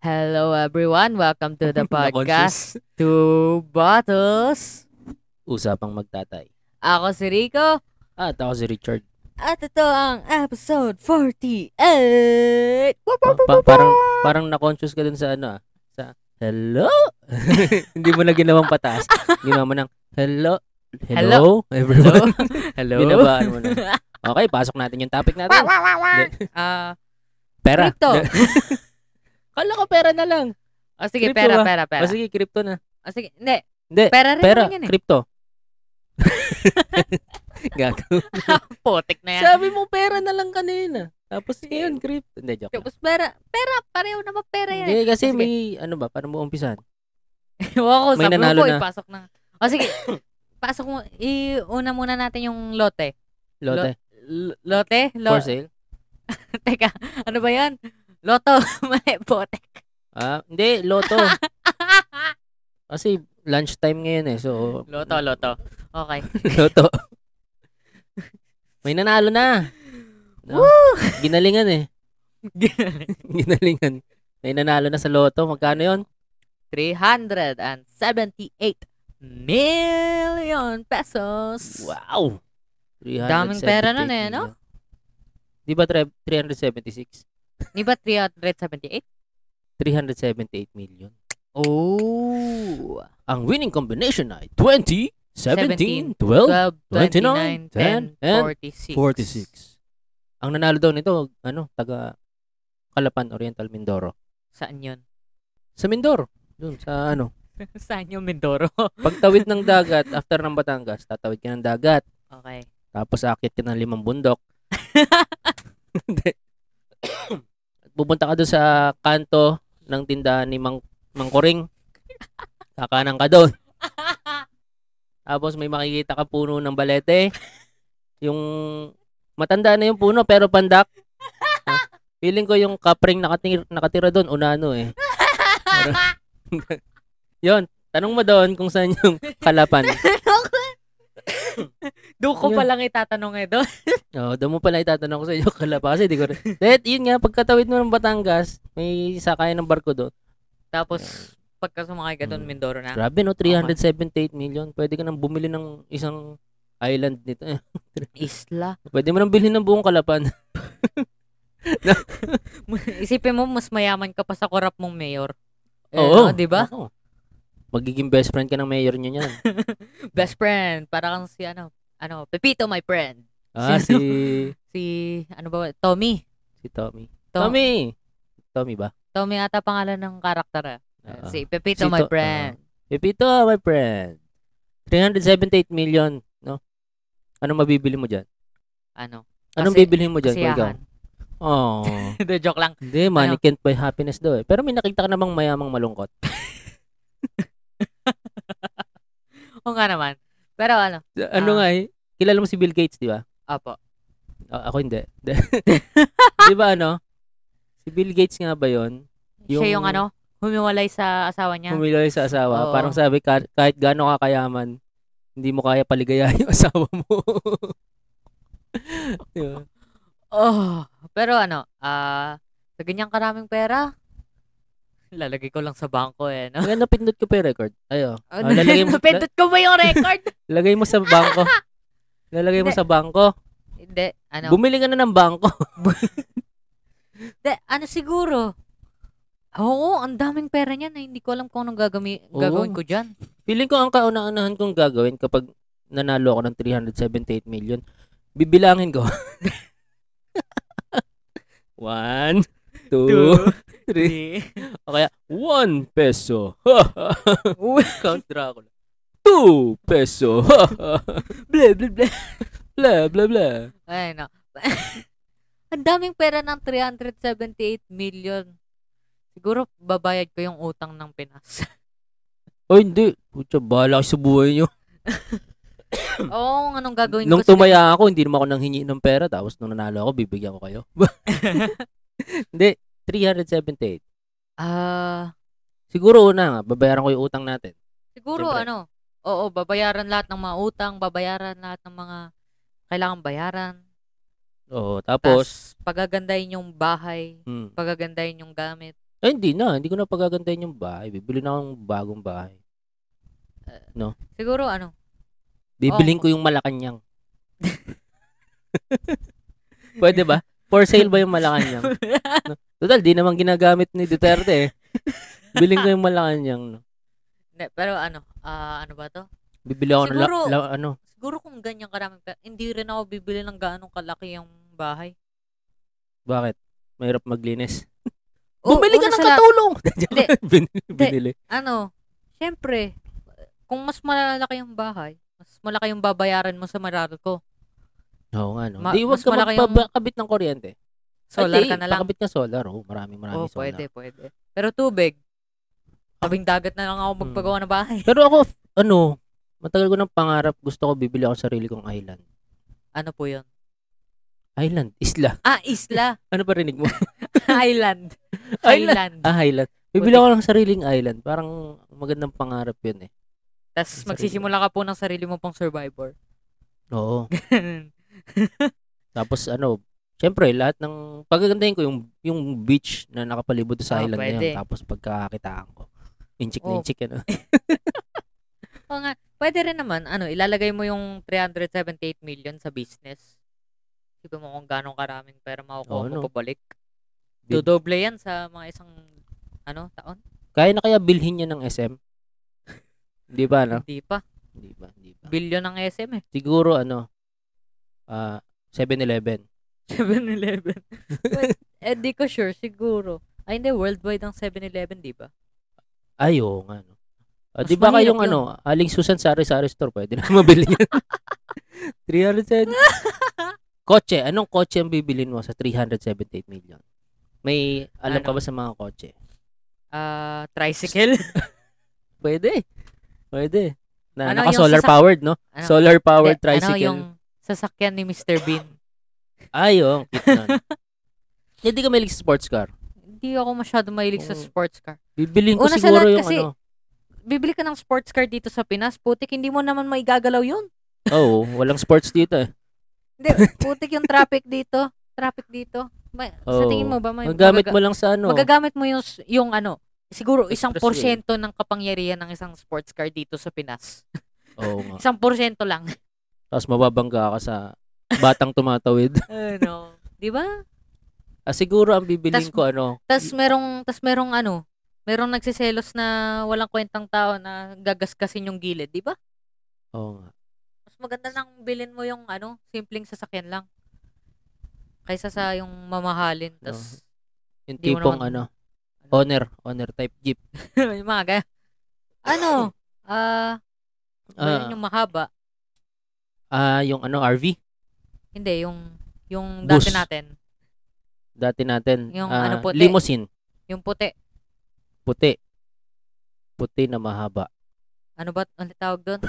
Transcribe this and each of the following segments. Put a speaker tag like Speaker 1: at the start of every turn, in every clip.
Speaker 1: Hello everyone, welcome to the podcast
Speaker 2: Na-conscious.
Speaker 1: Two Bottles.
Speaker 2: Usapang magtatay. Ah,
Speaker 1: Ako si Rico
Speaker 2: At ako si Richard.
Speaker 1: at ito ang episode 48. Wop, wop,
Speaker 2: Pa-
Speaker 1: wop, wop,
Speaker 2: pa- parang
Speaker 1: wop.
Speaker 2: parang na-conscious ka dun sa ano ah. Sa hello. Hindi mo na ginawang pataas. Ginawa mo ng hello. Hello, everyone.
Speaker 1: Hello.
Speaker 2: Binabaan mo na. Okay, pasok natin yung topic natin.
Speaker 1: Ah,
Speaker 2: Pera.
Speaker 1: Crypto.
Speaker 2: Kala ko pera na lang.
Speaker 1: o oh, sige,
Speaker 2: Crypto
Speaker 1: pera,
Speaker 2: ba?
Speaker 1: pera, pera.
Speaker 2: O sige, crypto na.
Speaker 1: O sige, hindi.
Speaker 2: Oh, Hindi,
Speaker 1: Pera rin
Speaker 2: pera,
Speaker 1: naman yun eh.
Speaker 2: crypto. Gago.
Speaker 1: eh. Putik na yan.
Speaker 2: Sabi mo pera na lang kanina. Tapos ngayon, crypto. Hindi, joke lang.
Speaker 1: Tapos pera, pera, pareho naman pera yan.
Speaker 2: Hindi, kasi
Speaker 1: Sige.
Speaker 2: may, ano ba, paano mo umpisan?
Speaker 1: Wow,
Speaker 2: May
Speaker 1: sabi mo
Speaker 2: nanalo
Speaker 1: po,
Speaker 2: na.
Speaker 1: ipasok na. O sige, pasok mo, iuna muna natin yung lote.
Speaker 2: Lote.
Speaker 1: L- lote?
Speaker 2: For
Speaker 1: Lo-
Speaker 2: sale?
Speaker 1: Teka, ano ba yan? Loto, mali, putik.
Speaker 2: Ah, hindi, loto. Kasi lunchtime ngayon eh. So,
Speaker 1: Loto, loto. Okay.
Speaker 2: loto. May nanalo na. No? Ginalingan eh. Ginalingan. May nanalo na sa loto. Magkano yon?
Speaker 1: 378 million pesos.
Speaker 2: Wow!
Speaker 1: Daming pera nun eh, no?
Speaker 2: Di ba tre- 376?
Speaker 1: Di ba 378?
Speaker 2: 378 million.
Speaker 1: Oh.
Speaker 2: Ang winning combination ay 20, 17, 12,
Speaker 1: 12, 29,
Speaker 2: 29,
Speaker 1: 10,
Speaker 2: 10,
Speaker 1: 46.
Speaker 2: 46. Ang nanalo daw nito, ano, taga Kalapan, Oriental Mindoro.
Speaker 1: Saan yun?
Speaker 2: Sa Mindoro, dun sa ano,
Speaker 1: Saan yung Mindoro?
Speaker 2: pagtawid ng dagat after ng Batangas, tatawid ka ng dagat,
Speaker 1: okay.
Speaker 2: tapos aakyat ka ng limang bundok. Hindi. At Pupunta ka doon sa kanto ng tindahan ni Mang Mangkuring. Kakanan ka doon. Tapos may makikita ka puno ng balete. Yung matanda na yung puno pero pandak. Ah, Feeling ko yung kapring nakatir- nakatira doon, unano eh. Parang- Yun, tanong mo doon kung saan yung kalapan.
Speaker 1: Doon ko
Speaker 2: Yun.
Speaker 1: pa lang itatanong eh doon.
Speaker 2: Oo, Oh, doon mo pala itatanong ko sa iyo kalapa kasi di ko rin. Dahil yun nga, pagkatawid mo ng Batangas, may sakay ng barko doon.
Speaker 1: Tapos, pagka sumakay ka doon,
Speaker 2: Mm.
Speaker 1: Mindoro na.
Speaker 2: Grabe no, 378 million. Pwede ka nang bumili ng isang island nito. Eh,
Speaker 1: Isla.
Speaker 2: Pwede mo nang bilhin ng buong kalapan.
Speaker 1: Isipin mo, mas mayaman ka pa sa korap mong mayor. Eh, no,
Speaker 2: Oo.
Speaker 1: di ba?
Speaker 2: Oo. Magiging best friend ka ng mayor niyo niyan.
Speaker 1: Best friend. Para kang si ano, ano, Pepito, my friend.
Speaker 2: ah, si...
Speaker 1: Si, ano ba, Tommy.
Speaker 2: Si Tommy.
Speaker 1: To-
Speaker 2: Tommy! Tommy ba?
Speaker 1: Tommy ata pangalan ng karakter. eh.
Speaker 2: Oo.
Speaker 1: Si Pepito,
Speaker 2: Ah. Si
Speaker 1: my
Speaker 2: To-
Speaker 1: friend.
Speaker 2: Pepito, my friend. 378 million, no? Anong mabibili mo dyan?
Speaker 1: ano?
Speaker 2: Anong
Speaker 1: Kasi-
Speaker 2: bibilhin mo dyan? ah. kung ikaw?
Speaker 1: Kasiyahan.
Speaker 2: Oh.
Speaker 1: Hindi, joke lang.
Speaker 2: Hindi, money
Speaker 1: Ano?
Speaker 2: can't buy happiness daw eh. Pero may nakita ka namang mayamang malungkot.
Speaker 1: O nga naman. Pero ano, Ah.
Speaker 2: Ano nga eh, kilala mo si Bill Gates, di ba?
Speaker 1: apo.
Speaker 2: A- ako hindi. di ba ano? Si Bill Gates nga ba yon
Speaker 1: Siya
Speaker 2: Yung-
Speaker 1: yung ano, humiwalay sa asawa niya.
Speaker 2: Humiloy sa asawa.
Speaker 1: Oo.
Speaker 2: Parang sabi, ka- kahit gaano ka kayaman, hindi mo kaya paligayahin yung asawa mo. Di ba?
Speaker 1: oh, pero ano, ah, sa ganyang karaming pera, lalagay ko lang sa bangko eh, no?
Speaker 2: Nga, napindot ko pa yung record. Ayo.
Speaker 1: Oh,
Speaker 2: Ah, lalagay mo-
Speaker 1: Napindot ko ba yung record?
Speaker 2: Lagay mo sa bangko. Lalagay mo
Speaker 1: Hindi.
Speaker 2: sa bangko.
Speaker 1: Hindi, ano.
Speaker 2: Bumili ka na ng bangko.
Speaker 1: Hindi, ano siguro? Oo, ang daming pera niya na hindi ko alam kung anong gagami-
Speaker 2: Oo.
Speaker 1: gagawin ko dyan.
Speaker 2: Feeling ko ang kauna-unahan kong gagawin kapag nanalo ako ng 378 million, bibilangin ko. one, two, three. O kaya, one peso. Count Dracula. Two peso. blah, blah, blah. Blah, blah, blah.
Speaker 1: Ay, no. Ang daming pera ng 378 million. Siguro babayad ko yung utang ng Pinas.
Speaker 2: Ay, hindi. Putya, bahala ka sa buhay nyo.
Speaker 1: Oo, anong gagawin
Speaker 2: Nung
Speaker 1: ko? sa-
Speaker 2: tumaya ako, hindi naman ako nanghingi ng pera. Tapos nung nanalo ako, bibigyan ko kayo. hindi, 378.
Speaker 1: Ah,
Speaker 2: Siguro una nga, babayaran ko yung utang natin.
Speaker 1: siguro
Speaker 2: Siyempre.
Speaker 1: ano. Oo, babayaran lahat ng mga utang, babayaran lahat ng mga kailangan bayaran.
Speaker 2: Oo, tapos,
Speaker 1: Tas, pagagandahin yung bahay,
Speaker 2: mm,
Speaker 1: pagagandahin yung gamit.
Speaker 2: ay, hindi na. Hindi ko na pagagandahin yung bahay. Bibili na akong bagong bahay.
Speaker 1: Siguro ano,
Speaker 2: Bibiling
Speaker 1: Oo.
Speaker 2: ko yung Malacanang. Pwede ba? For sale ba yung Malacanang? No? Total, di naman ginagamit ni Duterte eh. Biling ko yung Malacanang. No?
Speaker 1: Hindi, pero ano, ah, ano ba to?
Speaker 2: Bibili ako ng la-
Speaker 1: Siguro-
Speaker 2: la- ano,
Speaker 1: Siguro kung ganyan karaming pera, hindi rin ako bibili ng gaano kalaki yung bahay.
Speaker 2: bakit? Mahirap maglinis.
Speaker 1: Oo,
Speaker 2: Bumili ka
Speaker 1: una
Speaker 2: ng
Speaker 1: sa lahat,
Speaker 2: katulong!
Speaker 1: Hindi.
Speaker 2: Bin- Binili.
Speaker 1: Ano, syempre, kung mas malalaki yung bahay, mas malaki yung babayaran mo sa Meralco.
Speaker 2: Oo nga, no?
Speaker 1: Ma-
Speaker 2: di, wag
Speaker 1: mas
Speaker 2: ka
Speaker 1: malaki yung-
Speaker 2: magpakabit ng kuryente.
Speaker 1: Solar
Speaker 2: Ay, di,
Speaker 1: ka na lang.
Speaker 2: Pakabit ka solar. Oh, maraming maraming
Speaker 1: Oo,
Speaker 2: solar.
Speaker 1: pwede, pwede. Pero tubig, tabing dagat na lang
Speaker 2: Hmm.
Speaker 1: ako magpagawa ng bahay.
Speaker 2: Pero ako, f- ano, matagal ko ng pangarap, gusto ko bibili ako ng sarili kong island.
Speaker 1: Ano po yun?
Speaker 2: Island, isla.
Speaker 1: Ah, isla.
Speaker 2: Ano pa rinig mo?
Speaker 1: Island. Island.
Speaker 2: Island. Ah, island. Bibili ako ng sariling island. Parang magandang pangarap yun eh.
Speaker 1: Tapos
Speaker 2: Sarili.
Speaker 1: magsisimula ka po ng sarili mo pang survivor.
Speaker 2: Oo. Tapos ano, syempre lahat ng pagagandahin ko yung yung beach na nakapalibot
Speaker 1: Ah,
Speaker 2: sa island na
Speaker 1: pwede.
Speaker 2: yun. Tapos pagkakitaan ko. Inchik na
Speaker 1: Oh.
Speaker 2: inchik ano.
Speaker 1: Oo nga. Pwede rin naman, ano, ilalagay mo yung 378 million sa business. Sige mo kung gano'ng karaming pera makukuha
Speaker 2: Oo,
Speaker 1: mo
Speaker 2: no.
Speaker 1: pabalik.
Speaker 2: Bib-
Speaker 1: Dodoble yan sa mga isang, ano, taon?
Speaker 2: Kaya na kaya bilhin niya ng SM? Hindi ba ano?
Speaker 1: Hindi pa.
Speaker 2: Hindi ba? Hindi ba?
Speaker 1: Billion ang SM eh.
Speaker 2: Siguro ano, ah 7-Eleven.
Speaker 1: 7-Eleven. But, eh, di ko sure, siguro. Ay, hindi, worldwide ang 7-Eleven, di ba?
Speaker 2: Ay, oo nga. No? Ah,
Speaker 1: Mas
Speaker 2: di ba
Speaker 1: mahirap
Speaker 2: kayong
Speaker 1: yun.
Speaker 2: ano, Aling Susan Sari-Sari Store, pwede na mabili yan. 300 Kotse, anong kotse ang bibilin mo sa 378 million? May alam ka
Speaker 1: Ano?
Speaker 2: ba sa mga kotse?
Speaker 1: Ah, tricycle.
Speaker 2: Pwede. Pwede. Na,
Speaker 1: Ano yung
Speaker 2: naka-solar
Speaker 1: sasak-
Speaker 2: powered, no?
Speaker 1: Ano?
Speaker 2: Solar powered
Speaker 1: Hindi,
Speaker 2: tricycle.
Speaker 1: Ano, yung sasakyan ni Mr. Bean.
Speaker 2: Ay, yung cute nun. Hindi ka mahilig sa sports car.
Speaker 1: Hindi ako masyado mahilig sa
Speaker 2: Oo.
Speaker 1: sports car.
Speaker 2: Bibilin ko
Speaker 1: Una sa
Speaker 2: siguro
Speaker 1: lahat
Speaker 2: yung
Speaker 1: kasi-
Speaker 2: ano.
Speaker 1: Bibili ka ng sports car dito sa Pinas, putik, hindi mo naman maigagalaw yun.
Speaker 2: Oo, walang sports dito eh.
Speaker 1: Hindi, putik yung traffic dito. Traffic dito. May, Sa
Speaker 2: Oo.
Speaker 1: tingin mo ba? May,
Speaker 2: Magamit
Speaker 1: magaga-
Speaker 2: Oh. mo lang sa ano.
Speaker 1: Magagamit mo yung, s- yung ano, siguro isang
Speaker 2: Expressway.
Speaker 1: porsyento ng kapangyarihan ng isang sports car dito sa Pinas.
Speaker 2: Oo nga.
Speaker 1: Isang porsyento lang.
Speaker 2: Tapos mababangga ka sa batang tumatawid.
Speaker 1: ano? Di ba?
Speaker 2: Ah, siguro ang bibilin
Speaker 1: Tas-
Speaker 2: ko ano,
Speaker 1: Tas merong, tas merong ano, merong nagsiselos na walang kwentang tao na gagaskasin yung gilid, di ba?
Speaker 2: oo nga.
Speaker 1: Mas maganda lang bilhin mo yung ano, simpleng sasakyan lang. Kaysa sa yung mamahalin. Tas,
Speaker 2: yung
Speaker 1: Di mo
Speaker 2: tipong
Speaker 1: naman-
Speaker 2: ano, owner, owner type jeep. Oh.
Speaker 1: yung mga gaya. Ano? Ah,
Speaker 2: Ah,
Speaker 1: yun yung mahaba.
Speaker 2: ah, yung ano, RV,
Speaker 1: Hindi, yung yung
Speaker 2: Bus.
Speaker 1: dati natin.
Speaker 2: dati natin.
Speaker 1: Yung
Speaker 2: ah,
Speaker 1: ano, puti.
Speaker 2: Limousine,
Speaker 1: Yung puti.
Speaker 2: puti. Puti na mahaba.
Speaker 1: Ano ba ang tawag doon?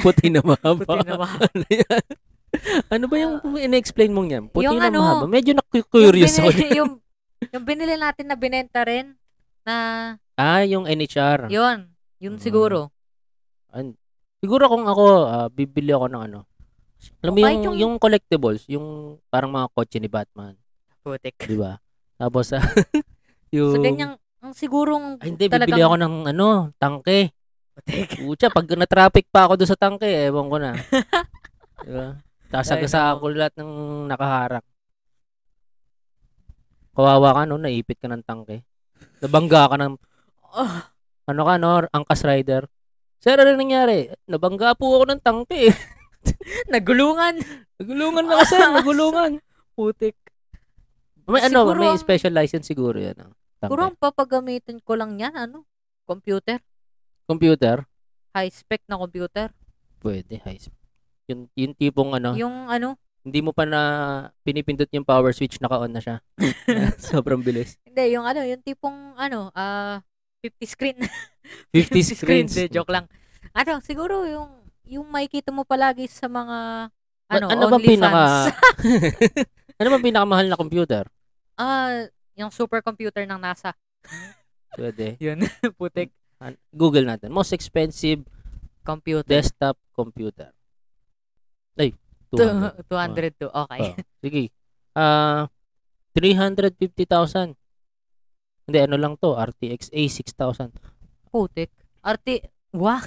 Speaker 2: Puti na mahaba.
Speaker 1: Puti na mahaba.
Speaker 2: Ano yan? ano ba yung in-explain mong yan? Puti
Speaker 1: Yung
Speaker 2: na
Speaker 1: ano,
Speaker 2: mahaba. Medyo
Speaker 1: yung,
Speaker 2: na-curious ako.
Speaker 1: binili, yung, yung binili natin na binenta rin na
Speaker 2: Ah, yung NHR.
Speaker 1: yun. Yun
Speaker 2: Ah.
Speaker 1: siguro.
Speaker 2: An- siguro kung ako, ah, bibili ako ng ano. Alam mo
Speaker 1: Oh,
Speaker 2: yung,
Speaker 1: kahit
Speaker 2: yung,
Speaker 1: yung-
Speaker 2: collectibles, yung parang mga kotse ni Batman,
Speaker 1: Putik.
Speaker 2: di ba? Tapos, ah, yung...
Speaker 1: So, ganyang, ang sigurong
Speaker 2: Ay, hindi,
Speaker 1: talagang,
Speaker 2: bibili ako ng ano, tangke. Pucha, pag na-traffic pa ako doon sa tangke, ewan ko na. di ba? Tasagasa
Speaker 1: Ay,
Speaker 2: ako lahat ng nakaharang. Kawawa ka, no? Naipit ka ng tangke. Nabangga ka ng,
Speaker 1: Oh,
Speaker 2: ano ka, no? Angkas rider. Sir, ano nangyari? Nabangga po ako ng tangke. eh.
Speaker 1: nagulungan.
Speaker 2: Nagulungan na kasi, nagulungan. Putik. May ano,
Speaker 1: Siguro
Speaker 2: may
Speaker 1: ang-
Speaker 2: special license siguro yan. Ang tangke.
Speaker 1: Siguro ang papagamitin ko lang yan, ano? Computer.
Speaker 2: Computer,
Speaker 1: High-spec na computer.
Speaker 2: pwede. High speed. Yung, yung tipong ano,
Speaker 1: Yung ano,
Speaker 2: hindi mo pa na pinipindot yung power switch, naka-on na siya. Sobrang bilis.
Speaker 1: hindi, yung ano, yung tipong ano, ah, 50 screen.
Speaker 2: 50 screens.
Speaker 1: Hindi, joke lang. Ano, siguro yung yung makikita mo palagi sa mga
Speaker 2: Ba-
Speaker 1: ano,
Speaker 2: ano ba
Speaker 1: OnlyFans.
Speaker 2: pinaka- Ano ba pinakamahal na computer?
Speaker 1: Ah, yung supercomputer ng NASA.
Speaker 2: Pwede.
Speaker 1: Yun, putik.
Speaker 2: An- Google natin. Most expensive
Speaker 1: Computer.
Speaker 2: desktop computer. Ay, 200.
Speaker 1: Two- 202. Okay.
Speaker 2: Oh, sige. ah 350,000. Hindi, ano lang to, RTX A6000.
Speaker 1: Putik. Arte, wah.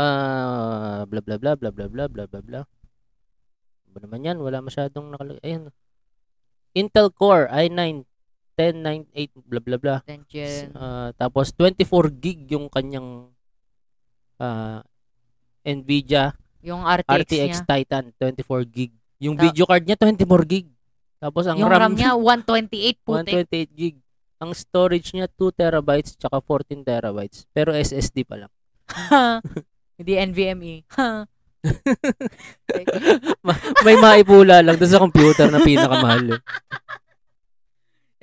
Speaker 2: Ah, bla bla bla bla bla bla bla bla bla. Ano ba naman yan? Wala masyadong nakalagay. Ayan. Intel Core i9 10998 bla bla bla. S-
Speaker 1: Attention.
Speaker 2: ah, tapos 24 gig yung kanyang ah, Nvidia
Speaker 1: Yung RTX, niya.
Speaker 2: RTX Titan 24 gig. Yung
Speaker 1: Ta-
Speaker 2: video card niya 24 gig. Tapos ang
Speaker 1: yung RAM,
Speaker 2: RAM,
Speaker 1: niya, 128 putik.
Speaker 2: 128 gig. Ang storage niya 2 terabytes tsaka 14 terabytes. Pero SSD pa lang.
Speaker 1: Hindi NVMe.
Speaker 2: May maipula lang doon sa computer na pinakamahal. eh.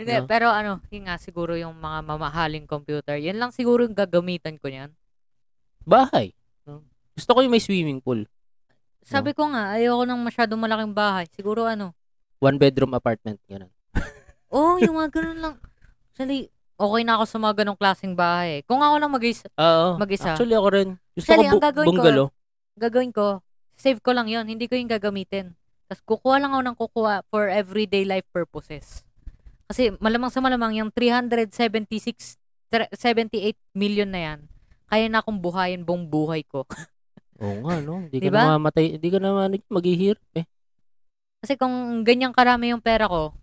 Speaker 1: Hindi,
Speaker 2: Yeah.
Speaker 1: pero ano, yun nga, siguro yung mga mamahaling computer, yan lang siguro yung gagamitan ko niyan.
Speaker 2: Bahay. No? Gusto ko yung may swimming pool.
Speaker 1: Sabi ko nga, ayoko ng masyadong malaking bahay. Siguro ano,
Speaker 2: One bedroom apartment. Ganun.
Speaker 1: oh, yung mga ganun lang. Actually, okay na ako sa mga ganong klaseng bahay. eh. Kung ako lang mag
Speaker 2: Oo.
Speaker 1: Mag-isa.
Speaker 2: Actually ako rin. Gusto
Speaker 1: Actually,
Speaker 2: ko
Speaker 1: ang
Speaker 2: bu-
Speaker 1: gagawin ko-
Speaker 2: bungalow.
Speaker 1: gagawin ko, save ko lang yon hindi ko yung gagamitin. Tapos kukuha lang ako ng kukuha for everyday life purposes. Kasi malamang sa malamang, yung 376, tre- 78 million na yan, kaya na akong buhayin buong buhay ko.
Speaker 2: Oo nga, no? Hindi ka
Speaker 1: Diba?
Speaker 2: na mamatay. Hindi ka na ano, maghihirap eh.
Speaker 1: Kasi kung ganyang karami yung pera ko,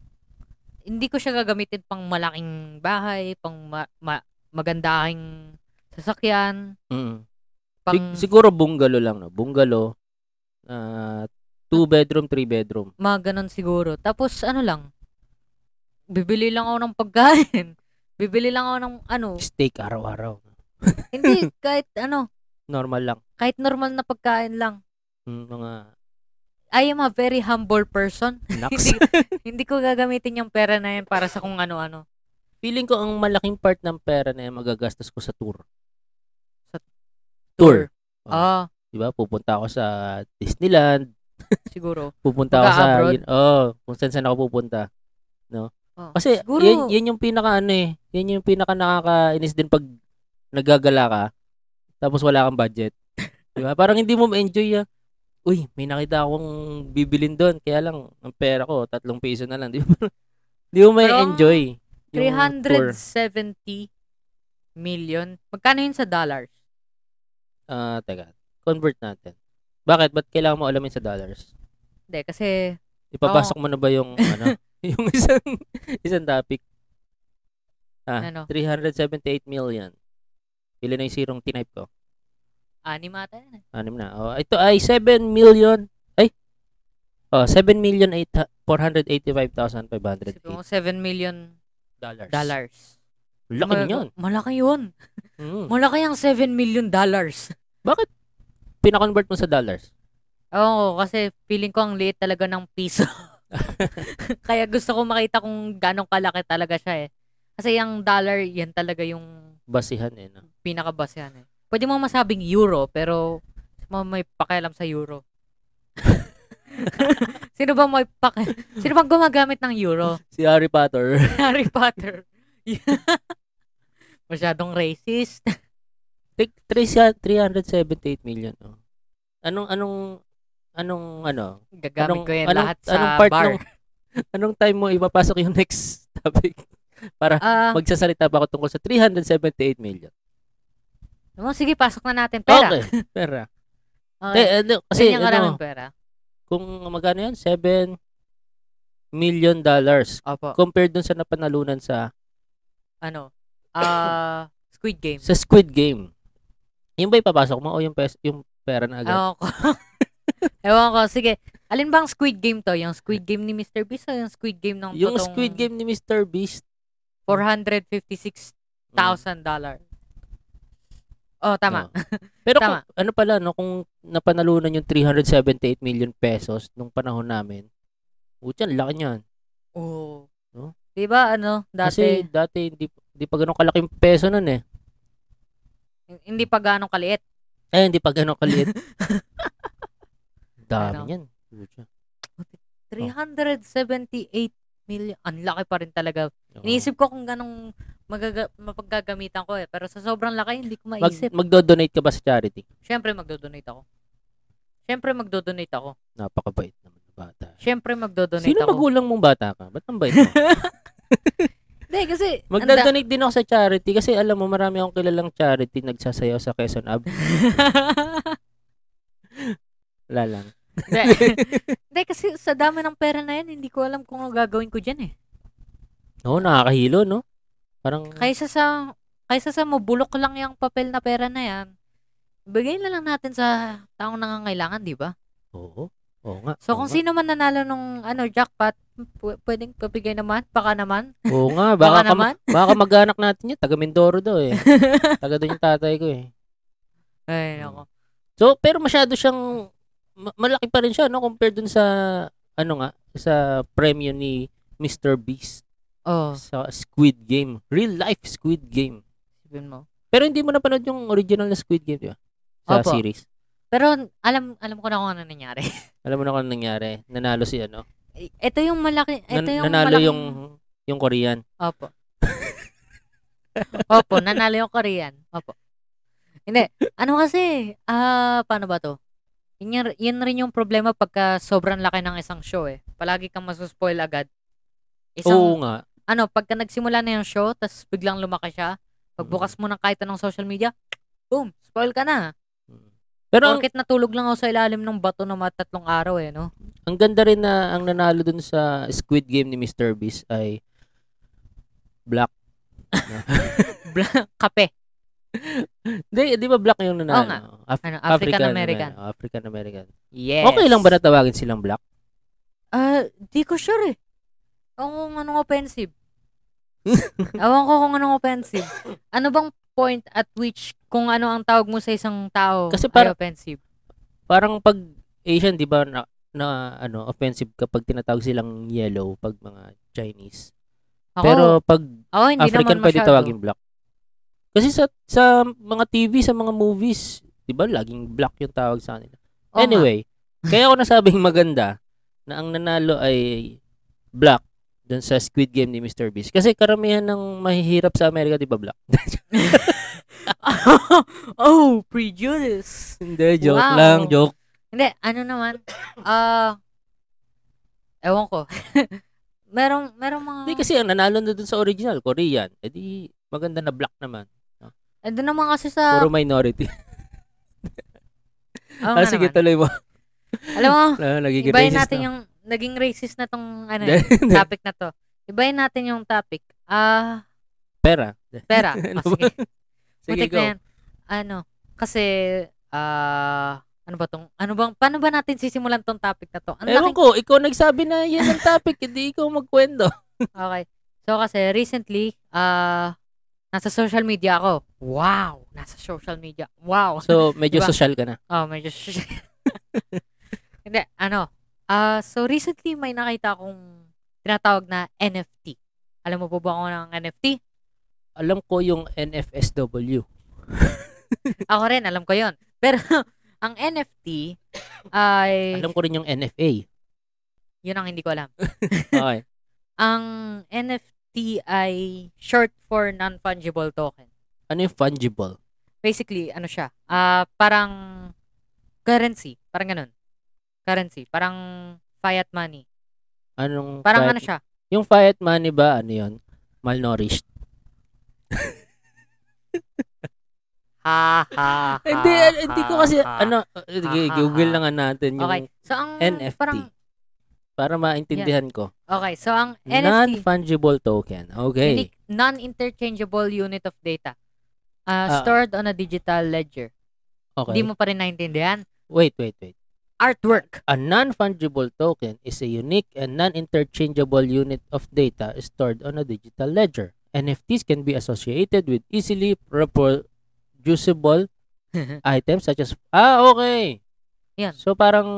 Speaker 1: hindi ko siya gagamitin pang malaking bahay, pang ma- ma- magandahing sasakyan,
Speaker 2: Mm.
Speaker 1: pang
Speaker 2: Sig- siguro bungalow lang, no? Bungalow. ah two bedroom, three bedroom.
Speaker 1: mga ganun siguro. Tapos ano lang, bibili lang ako ng pagkain. bibili lang ako ng ano,
Speaker 2: Steak araw-araw.
Speaker 1: hindi kahit ano,
Speaker 2: Normal lang.
Speaker 1: kahit normal na pagkain lang.
Speaker 2: Mm, mga
Speaker 1: I am a very humble person.
Speaker 2: knacks.
Speaker 1: hindi, hindi ko gagamitin yung pera na yan para sa kung ano-ano.
Speaker 2: Feeling ko ang malaking part ng pera na yan magagastos ko sa tour.
Speaker 1: Sa
Speaker 2: tour.
Speaker 1: Ah,
Speaker 2: Diba? Pupunta ako sa Disneyland,
Speaker 1: siguro.
Speaker 2: pupunta ako sa
Speaker 1: Mag-a-abroad?
Speaker 2: yun, oh, kung saan saan ako pupunta. No?
Speaker 1: Oh,
Speaker 2: Kasi
Speaker 1: siguro.
Speaker 2: yun, yun yung pinaka ano eh, yun yung pinaka nakakainis din pag nagagala ka tapos wala kang budget. 'Di ba? Parang hindi mo ma-enjoy yan. Uy, may nakita akong bibilin doon. Kaya lang, ang pera ko, tatlong piso na lang. Di ba? Di mo may
Speaker 1: Pero ang
Speaker 2: enjoy. yung tour.
Speaker 1: 370 million. Magkano yun sa dollars?
Speaker 2: Ah, teka. Convert natin. Bakit? Ba't kailangan mo alamin sa dollars?
Speaker 1: Hindi, kasi
Speaker 2: Ipapasok mo na ba yung, ano, yung isang, isang topic? Ah,
Speaker 1: Ano?
Speaker 2: 378 million. Ilan na yung zerong tinype ko?
Speaker 1: anim ata yan. eh.
Speaker 2: Anim na. Oh, ito ay 7 million. Ay! Oh, 7 million eight hu- 485,508
Speaker 1: Isipin mo, 7 million
Speaker 2: dollars.
Speaker 1: dollars.
Speaker 2: Laki
Speaker 1: Mal-
Speaker 2: niyan.
Speaker 1: Malaki yun.
Speaker 2: Mm.
Speaker 1: Malaki ang 7 million dollars.
Speaker 2: Bakit pinakonvert mo sa dollars?
Speaker 1: Oo, kasi feeling ko ang liit talaga ng piso. Kaya gusto ko makita kung gano'ng kalaki talaga siya eh. Kasi yung dollar, yan talaga yung
Speaker 2: Basihan eh. No?
Speaker 1: pinakabasehan eh. Pwede mo masabing euro, pero mo may pakialam sa euro. sino ba may pak Sino bang gumagamit ng euro?
Speaker 2: Si Harry Potter.
Speaker 1: Harry Potter. Masyadong racist.
Speaker 2: Tig- three siya- 378 million. Oh. Anong, anong, anong, ano?
Speaker 1: Gagamit ko yan lahat sa
Speaker 2: anong part
Speaker 1: bar.
Speaker 2: nung- anong time mo ipapasok yung next topic? Para
Speaker 1: Ah,
Speaker 2: magsasalita pa ako tungkol sa 378 million.
Speaker 1: oh, sige, pasok na natin. Pera. Ah,
Speaker 2: Okay, pera.
Speaker 1: Okay.
Speaker 2: Eh, ano, kasi,
Speaker 1: Kasi,
Speaker 2: ano,
Speaker 1: karaming pera.
Speaker 2: kung magkano yan? 7 million dollars
Speaker 1: Opo.
Speaker 2: compared dun sa napanalunan sa
Speaker 1: Ano? Ah, Squid Game.
Speaker 2: sa Squid Game. Yung ba ipapasok mo o yung, pes, yung pera na agad?
Speaker 1: Ewan ko. Ewan ko. Sige. Alin bang Squid Game to? Yung Squid Game ni Mr. Beast o yung Squid Game ng
Speaker 2: yung
Speaker 1: totoong
Speaker 2: Squid Game ni Mr. Beast.
Speaker 1: $456,000.
Speaker 2: mm,
Speaker 1: Oh, tama.
Speaker 2: no. Pero
Speaker 1: Tama.
Speaker 2: Kung, ano pala, no, kung napanalunan yung 378 million pesos nung panahon namin, utyan, laki niyan.
Speaker 1: Oo.
Speaker 2: No?
Speaker 1: Diba, ano,
Speaker 2: Oh. Kasi
Speaker 1: dati,
Speaker 2: dati, hindi, hindi pa ganun kalaking peso nun eh.
Speaker 1: hindi pa ganong kaliit.
Speaker 2: Eh, hindi pa ganun kaliit.
Speaker 1: Ano?
Speaker 2: Dami niyan. Utyan.
Speaker 1: 378 million. Ang laki pa rin talaga.
Speaker 2: Oo.
Speaker 1: Iniisip ko kung ganong magaga- mapaggagamitan ko eh. Pero sa sobrang laki, hindi ko
Speaker 2: Mag,
Speaker 1: maisip.
Speaker 2: magdo-donate ka ba sa charity?
Speaker 1: Siyempre, magdodonate ako. Siyempre, magdodonate ako.
Speaker 2: Napakabait naman. Bata.
Speaker 1: Siyempre, magdodonate
Speaker 2: Sino
Speaker 1: ako.
Speaker 2: magulang mong bata ka? Ba't ang bait mo?
Speaker 1: Hindi, kasi, anda-
Speaker 2: Magdadonate din ako sa charity kasi alam mo marami akong kilalang charity nagsasayaw sa Quezon Ab. Wala lang.
Speaker 1: Hindi. Hindi, kasi sa dami ng pera na yan, hindi ko alam kung ano gagawin ko dyan eh.
Speaker 2: Oo, nakakahilo, no? Parang,
Speaker 1: Kaysa sa, kaysa sa mabulok lang yung papel na pera na yan, bigay na lang natin sa taong nangangailangan, di ba?
Speaker 2: oo. Oo nga.
Speaker 1: So,
Speaker 2: oo
Speaker 1: kung
Speaker 2: nga.
Speaker 1: sino man nanalo nung ano, jackpot, pu- pwedeng pabigay naman, baka naman.
Speaker 2: Oo
Speaker 1: Baka,
Speaker 2: nga, baka, kam-
Speaker 1: naman.
Speaker 2: baka mag-anak natin yun. Taga Mindoro daw eh. Taga doon yung tatay ko eh.
Speaker 1: Ay, nako.
Speaker 2: So, pero masyado siyang, ma- malaki pa rin siya, no? Compared dun sa, ano nga, sa premyo ni Mr. Beast
Speaker 1: Oh,
Speaker 2: sa Squid Game. Real life Squid Game.
Speaker 1: sabihin mo.
Speaker 2: Pero hindi mo napanood yung original na Squid Game, di ba? Sa
Speaker 1: Opo.
Speaker 2: series.
Speaker 1: Pero alam alam ko na kung ano nangyari.
Speaker 2: Alam mo na kung anong nangyari. Nanalo si ano.
Speaker 1: Ito yung malaki,
Speaker 2: Nan-
Speaker 1: ito yung
Speaker 2: nanalo
Speaker 1: malaking-
Speaker 2: yung yung Korean.
Speaker 1: Opo. Opo, nanalo yung Korean. Opo. Hindi. Ano kasi, ah, paano ba to? Yun, yung- yun rin yung problema pagka sobrang laki ng isang show eh. Palagi kang masuspoil agad.
Speaker 2: Oo
Speaker 1: Isang,
Speaker 2: nga.
Speaker 1: ano, pagka nagsimula na yung show, tapos biglang lumaki siya, pagbukas mo ng kahit anong social media, boom, spoil ka na.
Speaker 2: Mm. Pero ang,
Speaker 1: Porkit natulog lang ako sa ilalim ng bato ng mga tatlong araw eh, no?
Speaker 2: ang ganda rin na ang nanalo dun sa Squid Game ni Mr. Beast ay black.
Speaker 1: Bla- Kape.
Speaker 2: Di, di ba black yung nanalo?
Speaker 1: Oo nga.
Speaker 2: Af-
Speaker 1: Ano,
Speaker 2: African
Speaker 1: African-American.
Speaker 2: African American.
Speaker 1: Yes.
Speaker 2: Okay lang ba na tawagin silang black?
Speaker 1: Ah, di ko sure eh. Ang anong offensive. Awan ko kung anong offensive. Ano bang point at which kung ano ang tawag mo sa isang tao
Speaker 2: Kasi
Speaker 1: ay
Speaker 2: para-
Speaker 1: offensive?
Speaker 2: Parang pag Asian, di ba, na, na ano, offensive kapag tinatawag silang yellow pag mga Chinese.
Speaker 1: Ako,
Speaker 2: Pero pag
Speaker 1: ako, hindi
Speaker 2: African
Speaker 1: naman
Speaker 2: pwede
Speaker 1: masyado.
Speaker 2: tawagin black. Kasi sa sa mga TV, sa mga movies, 'di ba, laging black yung tawag sa kanila.
Speaker 1: Oo nga.
Speaker 2: anyway, kaya ako nasabing maganda na ang nanalo ay black dun sa Squid Game ni Mr. Beast. Kasi karamihan ng mahihirap sa Amerika, 'di ba, black?
Speaker 1: oh, prejudice.
Speaker 2: Hindi, joke
Speaker 1: Wow.
Speaker 2: lang, joke.
Speaker 1: Hindi, ano naman. Ah, ewan ko. merong, merong mga...
Speaker 2: Hindi kasi ang nanalo na dun sa original, Korean. Eh di maganda na black naman.
Speaker 1: Eh, doon naman kasi sa...
Speaker 2: Puro minority.
Speaker 1: Oo
Speaker 2: ah,
Speaker 1: nga
Speaker 2: sige,
Speaker 1: naman.
Speaker 2: tuloy mo.
Speaker 1: Alam mo,
Speaker 2: Ah, Nagiging
Speaker 1: Ibahin
Speaker 2: racist
Speaker 1: natin
Speaker 2: na.
Speaker 1: yung naging racist na tong ano,
Speaker 2: Hindi, hindi.
Speaker 1: topic na to. Ibahin natin yung topic. Ah,
Speaker 2: Pera.
Speaker 1: pera.
Speaker 2: Ano
Speaker 1: Ah,
Speaker 2: ba?
Speaker 1: sige.
Speaker 2: Sige,
Speaker 1: Putik
Speaker 2: go.
Speaker 1: na yan. Ano, kasi ah ano ba tong ano bang paano ba natin sisimulan tong topic na to? Ang
Speaker 2: Ewan
Speaker 1: laking-
Speaker 2: ko, ikaw nagsabi na yan ang topic, hindi ikaw magkwento.
Speaker 1: Okay. So kasi recently, ah nasa social media ako. Wow, nasa social media. Wow.
Speaker 2: So, medyo
Speaker 1: Diba?
Speaker 2: social ka na.
Speaker 1: Oh, medyo sh- Hindi, ano. ah so, recently may nakita akong tinatawag na NFT. Alam mo po ba kung ano ang NFT?
Speaker 2: Alam ko yung NFSW.
Speaker 1: Ako rin, alam ko yon Pero, ang NFT ay...
Speaker 2: Alam ko rin yung NFA.
Speaker 1: Yun ang hindi ko alam.
Speaker 2: Okay.
Speaker 1: Ang NFT ay short for non-fungible token.
Speaker 2: Ano yung fungible?
Speaker 1: Basically, ano siya? ah parang currency. Parang ganun. Currency. Parang fiat money.
Speaker 2: Anong
Speaker 1: Parang
Speaker 2: fiat-
Speaker 1: ano siya?
Speaker 2: Yung fiat money ba, ano yun? Malnourished.
Speaker 1: Ha, ha, ha,
Speaker 2: Hindi, ah, hindi ko kasi,
Speaker 1: ha.
Speaker 2: ano, ah, sige,
Speaker 1: ha,
Speaker 2: Google
Speaker 1: ha.
Speaker 2: lang nga natin yung
Speaker 1: Okay. So ang
Speaker 2: NFT.
Speaker 1: parang
Speaker 2: para maintindihan ko.
Speaker 1: okay, so ang NFT
Speaker 2: Non-fungible token. Okay.
Speaker 1: unique non-interchangeable unit of data. Uh,
Speaker 2: Ah.
Speaker 1: stored on a digital ledger.
Speaker 2: Okay.
Speaker 1: Hindi mo pa rin naintindihan.
Speaker 2: Wait, wait, wait.
Speaker 1: Artwork.
Speaker 2: A non-fungible token is a unique and non-interchangeable unit of data stored on a digital ledger. NFTs can be associated with easily reproducible items such as Ah, okay.
Speaker 1: Yan.
Speaker 2: So parang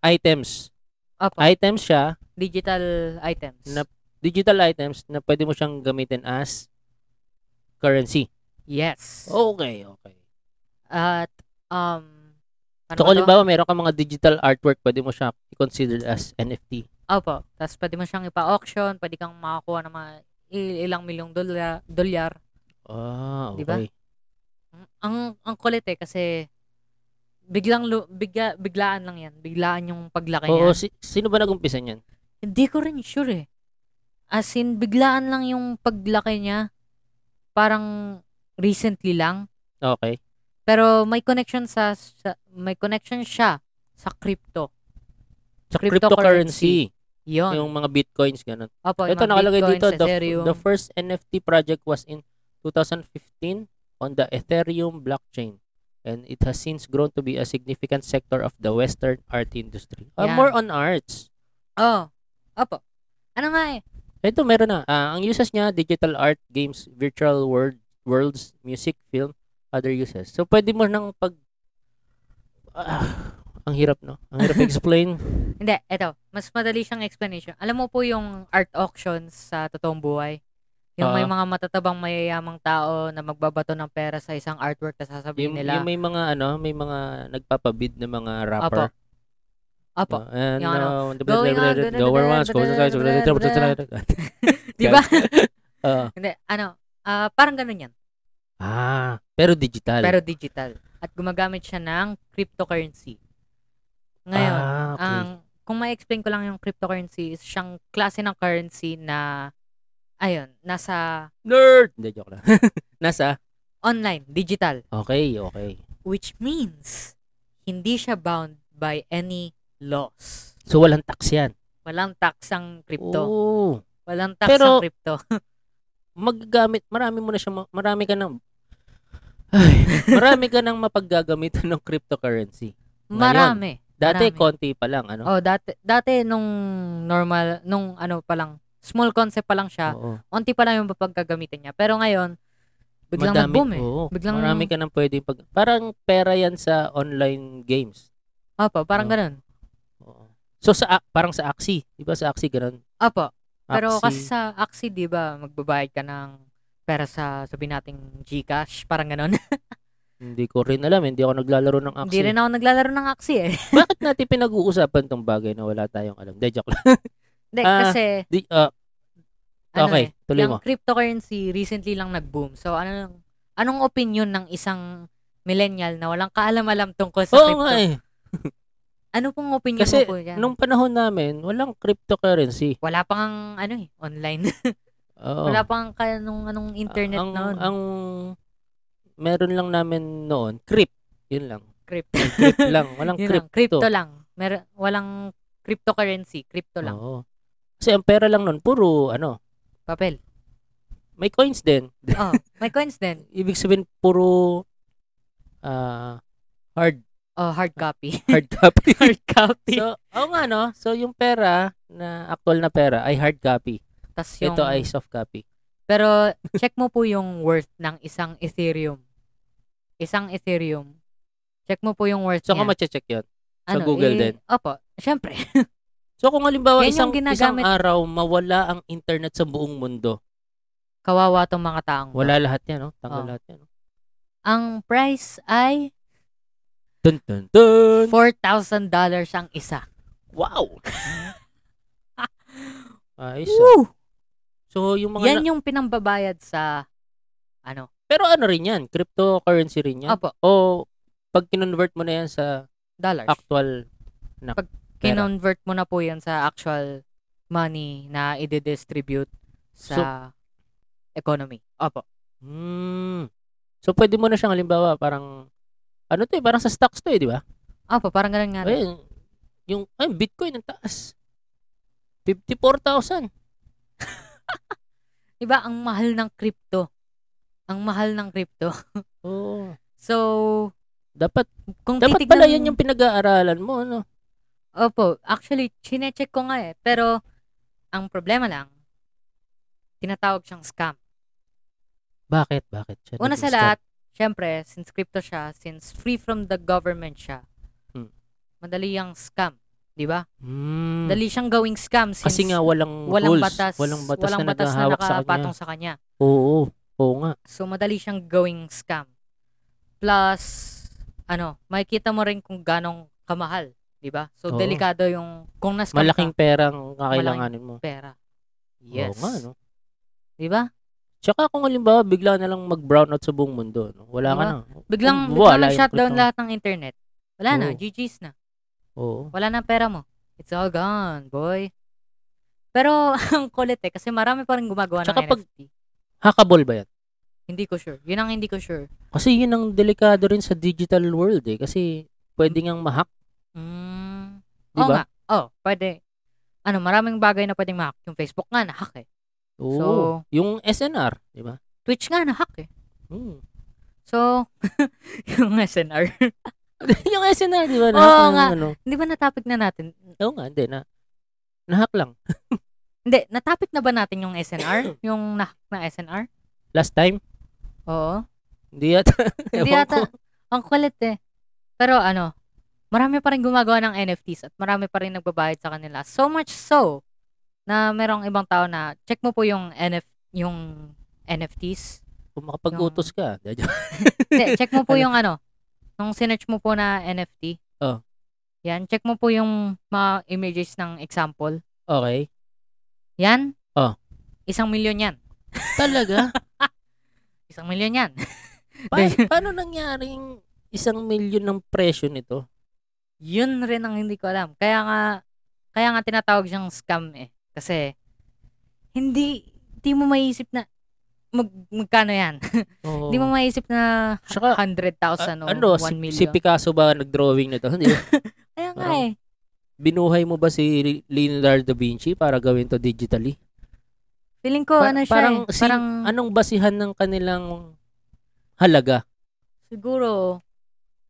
Speaker 2: items.
Speaker 1: Opo,
Speaker 2: Items siya,
Speaker 1: digital items.
Speaker 2: Na- digital items na pwede mo siyang gamitin as currency.
Speaker 1: yes.
Speaker 2: Okay, okay.
Speaker 1: At um ano
Speaker 2: So
Speaker 1: ba
Speaker 2: kung
Speaker 1: to?
Speaker 2: halimbawa meron kang mga digital artwork, pwede mo siya i-consider as NFT.
Speaker 1: Opo. Tapos pwede mo siyang ipa-auction, pwede kang makakuha ng mga il- ilang milyong dolyar. dolyar.
Speaker 2: Ah, okay.
Speaker 1: Di ba? Ang ang kulit eh kasi Biglang, lu- bigla, biglaan lang yan. Biglaan yung paglaki niya.
Speaker 2: Oo, si- sino ba nag-umpisa niyan?
Speaker 1: Hindi ko rin sure eh. As in, biglaan lang yung paglaki niya. Parang recently lang.
Speaker 2: Okay.
Speaker 1: Pero may connection sa, sa may connection siya sa crypto.
Speaker 2: Sa
Speaker 1: Cryptocurrency.
Speaker 2: cryptocurrency,
Speaker 1: Yun.
Speaker 2: yung mga bitcoins ganun.
Speaker 1: Opo, yung
Speaker 2: Ito
Speaker 1: mga
Speaker 2: nakalagay
Speaker 1: Bitcoins,
Speaker 2: dito the,
Speaker 1: Ethereum.
Speaker 2: the first NFT project was in 2015 on the Ethereum blockchain and it has since grown to be a significant sector of the western art industry. Uh,
Speaker 1: Yeah.
Speaker 2: more on arts.
Speaker 1: Oh. Opo. Ano nga eh?
Speaker 2: Ito meron na. Ah, ang uses niya digital art, games, virtual world, worlds, music, film, other uses. So pwede mo nang pag Ah, ang hirap no. Ang hirap explain.
Speaker 1: Hindi, eto. Mas madali siyang explanation. Alam mo po yung art auctions sa totoong buhay? Yung may
Speaker 2: Ah.
Speaker 1: mga matatabang mayayamang tao na magbabato ng pera sa isang artwork na sasabihin
Speaker 2: yung,
Speaker 1: nila.
Speaker 2: yung may mga ano, may mga nagpapabid na mga rapper.
Speaker 1: Opo.
Speaker 2: Uh, and
Speaker 1: Yung ano,
Speaker 2: uh, the
Speaker 1: going on,
Speaker 2: the over once, goes inside, goes inside, goes inside.
Speaker 1: Di ba?
Speaker 2: Oo.
Speaker 1: Hindi, ano, ah, parang ganun yan.
Speaker 2: Ah, pero digital.
Speaker 1: Pero digital. At gumagamit siya ng cryptocurrency. Ngayon,
Speaker 2: ah, okay.
Speaker 1: ang kung ma-explain ko lang yung cryptocurrency is siyang klase ng currency na ayun, nasa
Speaker 2: nerd. Hindi joke lang. Nasa
Speaker 1: online, digital,
Speaker 2: Okay, okay.
Speaker 1: which means hindi siya bound by any laws.
Speaker 2: So walang tax 'yan.
Speaker 1: Walang tax ang crypto.
Speaker 2: Oo.
Speaker 1: Walang tax
Speaker 2: Oh. Pero-
Speaker 1: ang crypto.
Speaker 2: Magagamit, marami mo na siya, ma- marami ka nang ay, marami ka nang mapaggagamitan ng cryptocurrency.
Speaker 1: Marami.
Speaker 2: Dati
Speaker 1: Marami.
Speaker 2: konti pa lang, ano?
Speaker 1: Oh, dati dati nung normal nung ano pa lang, small concept pa lang siya.
Speaker 2: Oo.
Speaker 1: Unti pa lang yung pagkagamitin niya. Pero ngayon, biglang
Speaker 2: Madami-
Speaker 1: nag-boom eh.
Speaker 2: oo.
Speaker 1: Biglang-
Speaker 2: marami ka nang pwedeng pag parang pera 'yan sa online games.
Speaker 1: Opo, parang
Speaker 2: Oo.
Speaker 1: ganun.
Speaker 2: Oo. So sa a- parang sa Axie, 'di ba? Sa Axie ganun. E,
Speaker 1: Opo. Pero
Speaker 2: Axie.
Speaker 1: kasi sa Axie, di ba, magbabayad ka ng pera sa, sabi nating Gcash, parang ganun.
Speaker 2: hindi ko rin alam, hindi ako naglalaro ng Axie.
Speaker 1: Hindi rin ako naglalaro ng Axie eh.
Speaker 2: Bakit natin pinag-uusapan tong bagay na wala tayong alam? De, joke lang.
Speaker 1: Hindi,
Speaker 2: Ah,
Speaker 1: kasi,
Speaker 2: Di, ah,
Speaker 1: ano
Speaker 2: okay,
Speaker 1: eh,
Speaker 2: tuloy
Speaker 1: yung
Speaker 2: mo.
Speaker 1: cryptocurrency recently lang nag-boom. So, ano, anong opinion ng isang millennial na walang kaalam-alam tungkol sa
Speaker 2: Oo
Speaker 1: crypto?
Speaker 2: nga eh.
Speaker 1: Ano pong opinion
Speaker 2: Kasi
Speaker 1: mo po dyan?
Speaker 2: Nung panahon namin, walang cryptocurrency.
Speaker 1: Wala pang, ano eh, online.
Speaker 2: Oo.
Speaker 1: Wala pang anong, anong internet
Speaker 2: ang,
Speaker 1: noon.
Speaker 2: Ang meron lang namin noon, crypt. Yun lang.
Speaker 1: crypto.
Speaker 2: Crypt lang. Walang
Speaker 1: Yun
Speaker 2: crypt.
Speaker 1: lang, crypto lang. Mer- walang cryptocurrency, crypto lang.
Speaker 2: Oo. Kasi ang pera lang noon, puro ano,
Speaker 1: Papel.
Speaker 2: may coins din.
Speaker 1: Oh, may coins din.
Speaker 2: Ibig sabihin, puro ah, hard
Speaker 1: Oh, hard copy.
Speaker 2: hard copy.
Speaker 1: hard copy.
Speaker 2: so, oo nga no. So yung pera na actual na pera ay hard copy.
Speaker 1: Tas yung,
Speaker 2: Ito ay soft copy.
Speaker 1: Pero check mo po yung worth ng isang Ethereum. Isang Ethereum. Check mo po yung worth
Speaker 2: So
Speaker 1: niya. Ano, eh,
Speaker 2: kung check 'yon. sa Google din?
Speaker 1: Opo, syempre.
Speaker 2: So kung halimbawa
Speaker 1: Yan yung
Speaker 2: isang isang
Speaker 1: ginagamit-
Speaker 2: araw mawala ang internet sa buong mundo.
Speaker 1: Kawawa tong mga taong. to.
Speaker 2: Wala lahat 'yan, no? Tanggal
Speaker 1: Oo.
Speaker 2: lahat 'yan. No?
Speaker 1: Ang price ay
Speaker 2: Dun, dun, dun.
Speaker 1: $4,000 ang isa.
Speaker 2: Wow. Ayos. ah.
Speaker 1: Woo!
Speaker 2: So yung mga
Speaker 1: Yan
Speaker 2: na-
Speaker 1: yung pinambabayad sa ano.
Speaker 2: pero ano rin 'yan? Cryptocurrency rin 'yan.
Speaker 1: Opo,
Speaker 2: O pag kinonvert mo na 'yan sa
Speaker 1: dollars.
Speaker 2: actual pera.
Speaker 1: Kinonvert mo na po yan sa actual money na i-distribute sa economy. Opo.
Speaker 2: Hmm. So pwede mo na siyang halimbawa parang ano 'to, eh, parang sa stocks 'to, eh, di ba?
Speaker 1: Opo, parang ganun nga. rin.
Speaker 2: Ayun, yung ay, Bitcoin ang taas. 54,000.
Speaker 1: Diba, ang mahal ng crypto. Ang mahal ng crypto.
Speaker 2: Oo.
Speaker 1: So,
Speaker 2: Dapat
Speaker 1: kung
Speaker 2: dapat
Speaker 1: titignan...
Speaker 2: pala 'yan yung pinag-aaralan mo, ano?
Speaker 1: Opo, actually, chinecheck ko nga eh. Pero, ang problema lang, tinatawag siyang scam.
Speaker 2: Ano Bakit? Bakit siya?
Speaker 1: Una sa
Speaker 2: nag-stop?
Speaker 1: lahat, syempre, since crypto siya, since free from the government siya,
Speaker 2: Hmm.
Speaker 1: madali yung scam. Di ba?
Speaker 2: Hmm.
Speaker 1: Dali siyang gawing scam since
Speaker 2: Kasi nga walang,
Speaker 1: walang
Speaker 2: rules,
Speaker 1: batas,
Speaker 2: Oh, walang batas
Speaker 1: walang
Speaker 2: na
Speaker 1: batas na
Speaker 2: naghahawak sa kanya.
Speaker 1: nakapatong sa kanya.
Speaker 2: Oo, oo nga.
Speaker 1: So, madali siyang gawing scam. Plus, ano, makikita mo rin kung ganong kamahal. di ba? So,
Speaker 2: Oo.
Speaker 1: delikado yung kung na
Speaker 2: Malaking pera ang kakailanganin mo.
Speaker 1: pera. Yes.
Speaker 2: Oo nga, no?
Speaker 1: Di ba?
Speaker 2: Tsaka kung halimbawa, bigla na lang mag-brownout sa buong mundo. No? Wala ka
Speaker 1: Diba?
Speaker 2: na.
Speaker 1: Biglang,
Speaker 2: Wala
Speaker 1: biglang
Speaker 2: yung
Speaker 1: shutdown
Speaker 2: crypto.
Speaker 1: lahat ng internet. Wala na,
Speaker 2: Oo.
Speaker 1: GG's na.
Speaker 2: Oo.
Speaker 1: Wala na pera mo. It's all gone, boy. Pero ang kulit eh, kasi marami pa rin gumagawa
Speaker 2: Tsaka
Speaker 1: ng
Speaker 2: pag-
Speaker 1: NFT.
Speaker 2: Hackable ba yan?
Speaker 1: Hindi ko sure. Yun ang hindi ko sure.
Speaker 2: Kasi yun ang delikado rin sa digital world eh. Kasi pwede ngang mahack,
Speaker 1: Mm.
Speaker 2: di
Speaker 1: Oo nga.
Speaker 2: ba?
Speaker 1: Oh, pwede. Ano, maraming bagay na pwedeng ma-hack. Yung Facebook nga, na-hack eh.
Speaker 2: Oo.
Speaker 1: So,
Speaker 2: yung SNR, di ba?
Speaker 1: Twitch nga, na-hack eh.
Speaker 2: Hmm.
Speaker 1: So, yung SNR.
Speaker 2: yung SNR, di ba?
Speaker 1: Oo
Speaker 2: Nahack ng
Speaker 1: nga.
Speaker 2: Ano?
Speaker 1: Hindi ba na-topic na natin?
Speaker 2: Oo nga, hindi. Na, nahack lang.
Speaker 1: Hindi, na-topic na ba natin yung SNR? yung na-hack na SNR?
Speaker 2: Last time,
Speaker 1: Oo.
Speaker 2: hindi yata.
Speaker 1: Hindi
Speaker 2: Ewan
Speaker 1: yata,
Speaker 2: ko.
Speaker 1: ang kulit eh. Pero ano, marami pa rin gumagawa ng NFTs at marami pa rin nagbabayad sa kanila. So much so, na merong ibang tao na, check mo po yung NF, yung NFTs.
Speaker 2: Kung makapag-utos ka. Hindi, joke.
Speaker 1: Hindi, check mo po
Speaker 2: Ano?
Speaker 1: yung ano, nung sinerch mo po na NFT.
Speaker 2: Oh.
Speaker 1: Yan, check mo po yung mga images ng example.
Speaker 2: okay.
Speaker 1: Yan.
Speaker 2: Oh.
Speaker 1: Isang milyon yan.
Speaker 2: Talaga?
Speaker 1: Isang milyon yan.
Speaker 2: Pa- paano nangyaring isang milyon ng presyo nito?
Speaker 1: Yun rin ang hindi ko alam. Kaya nga, kaya nga tinatawag siyang scam eh. Kasi, hindi, hindi mo maiisip na, mag, magkano yan?
Speaker 2: Oo.
Speaker 1: Hindi mo maiisip na
Speaker 2: Tsaka,
Speaker 1: 100,000 o
Speaker 2: Oh. Ah, ano,
Speaker 1: 1
Speaker 2: si,
Speaker 1: million.
Speaker 2: si Oh. Picasso ba nag-drawing nito? Hindi.
Speaker 1: kaya nga
Speaker 2: parang-
Speaker 1: eh.
Speaker 2: Binuhay mo ba si Leonardo da Vinci para gawin to digitally?
Speaker 1: Feeling ko,
Speaker 2: Pa-
Speaker 1: ano siya
Speaker 2: parang
Speaker 1: eh,
Speaker 2: si-
Speaker 1: Parang,
Speaker 2: Anong basihan ng kanilang halaga?
Speaker 1: siguro,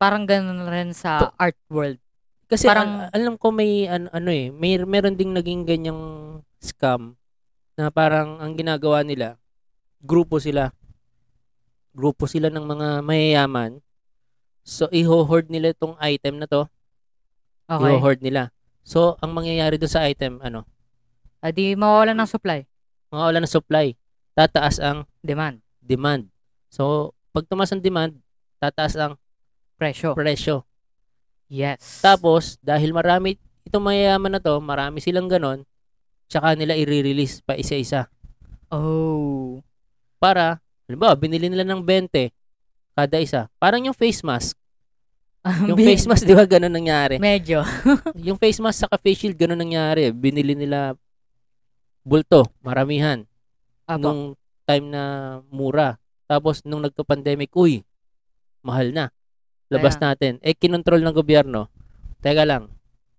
Speaker 1: parang ganun rin sa
Speaker 2: Pa-
Speaker 1: art world.
Speaker 2: Kasi
Speaker 1: Parang-
Speaker 2: al- alam ko may ano, ano eh, may meron ding naging ganyang scam na parang ang ginagawa nila, grupo sila. Grupo sila ng mga mayayaman. So iho-hoard nila itong item na to.
Speaker 1: Okay.
Speaker 2: Iho-hoard nila. So ang mangyayari do sa item, ano,
Speaker 1: Ah, di mawawalan ng supply.
Speaker 2: mawawala ng supply, tataas ang
Speaker 1: Demand.
Speaker 2: demand. So pag tumaas ang demand, tataas ang
Speaker 1: Presyo.
Speaker 2: presyo.
Speaker 1: Yes.
Speaker 2: Tapos, dahil marami, itong mayayaman na to, marami silang ganon, tsaka nila i-release pa isa-isa.
Speaker 1: Oh.
Speaker 2: Para, halimbawa, binili nila ng 20 kada isa. Parang yung face mask. Yung face mask, di ba, ganon nangyari.
Speaker 1: Medyo.
Speaker 2: Yung face mask saka face shield, ganon nangyari. Binili nila bulto, maramihan.
Speaker 1: Abo.
Speaker 2: Nung time na mura. Tapos, nung nagka-pandemic, uy, mahal na. Labas natin. Eh, kinontrol ng gobyerno. Teka lang,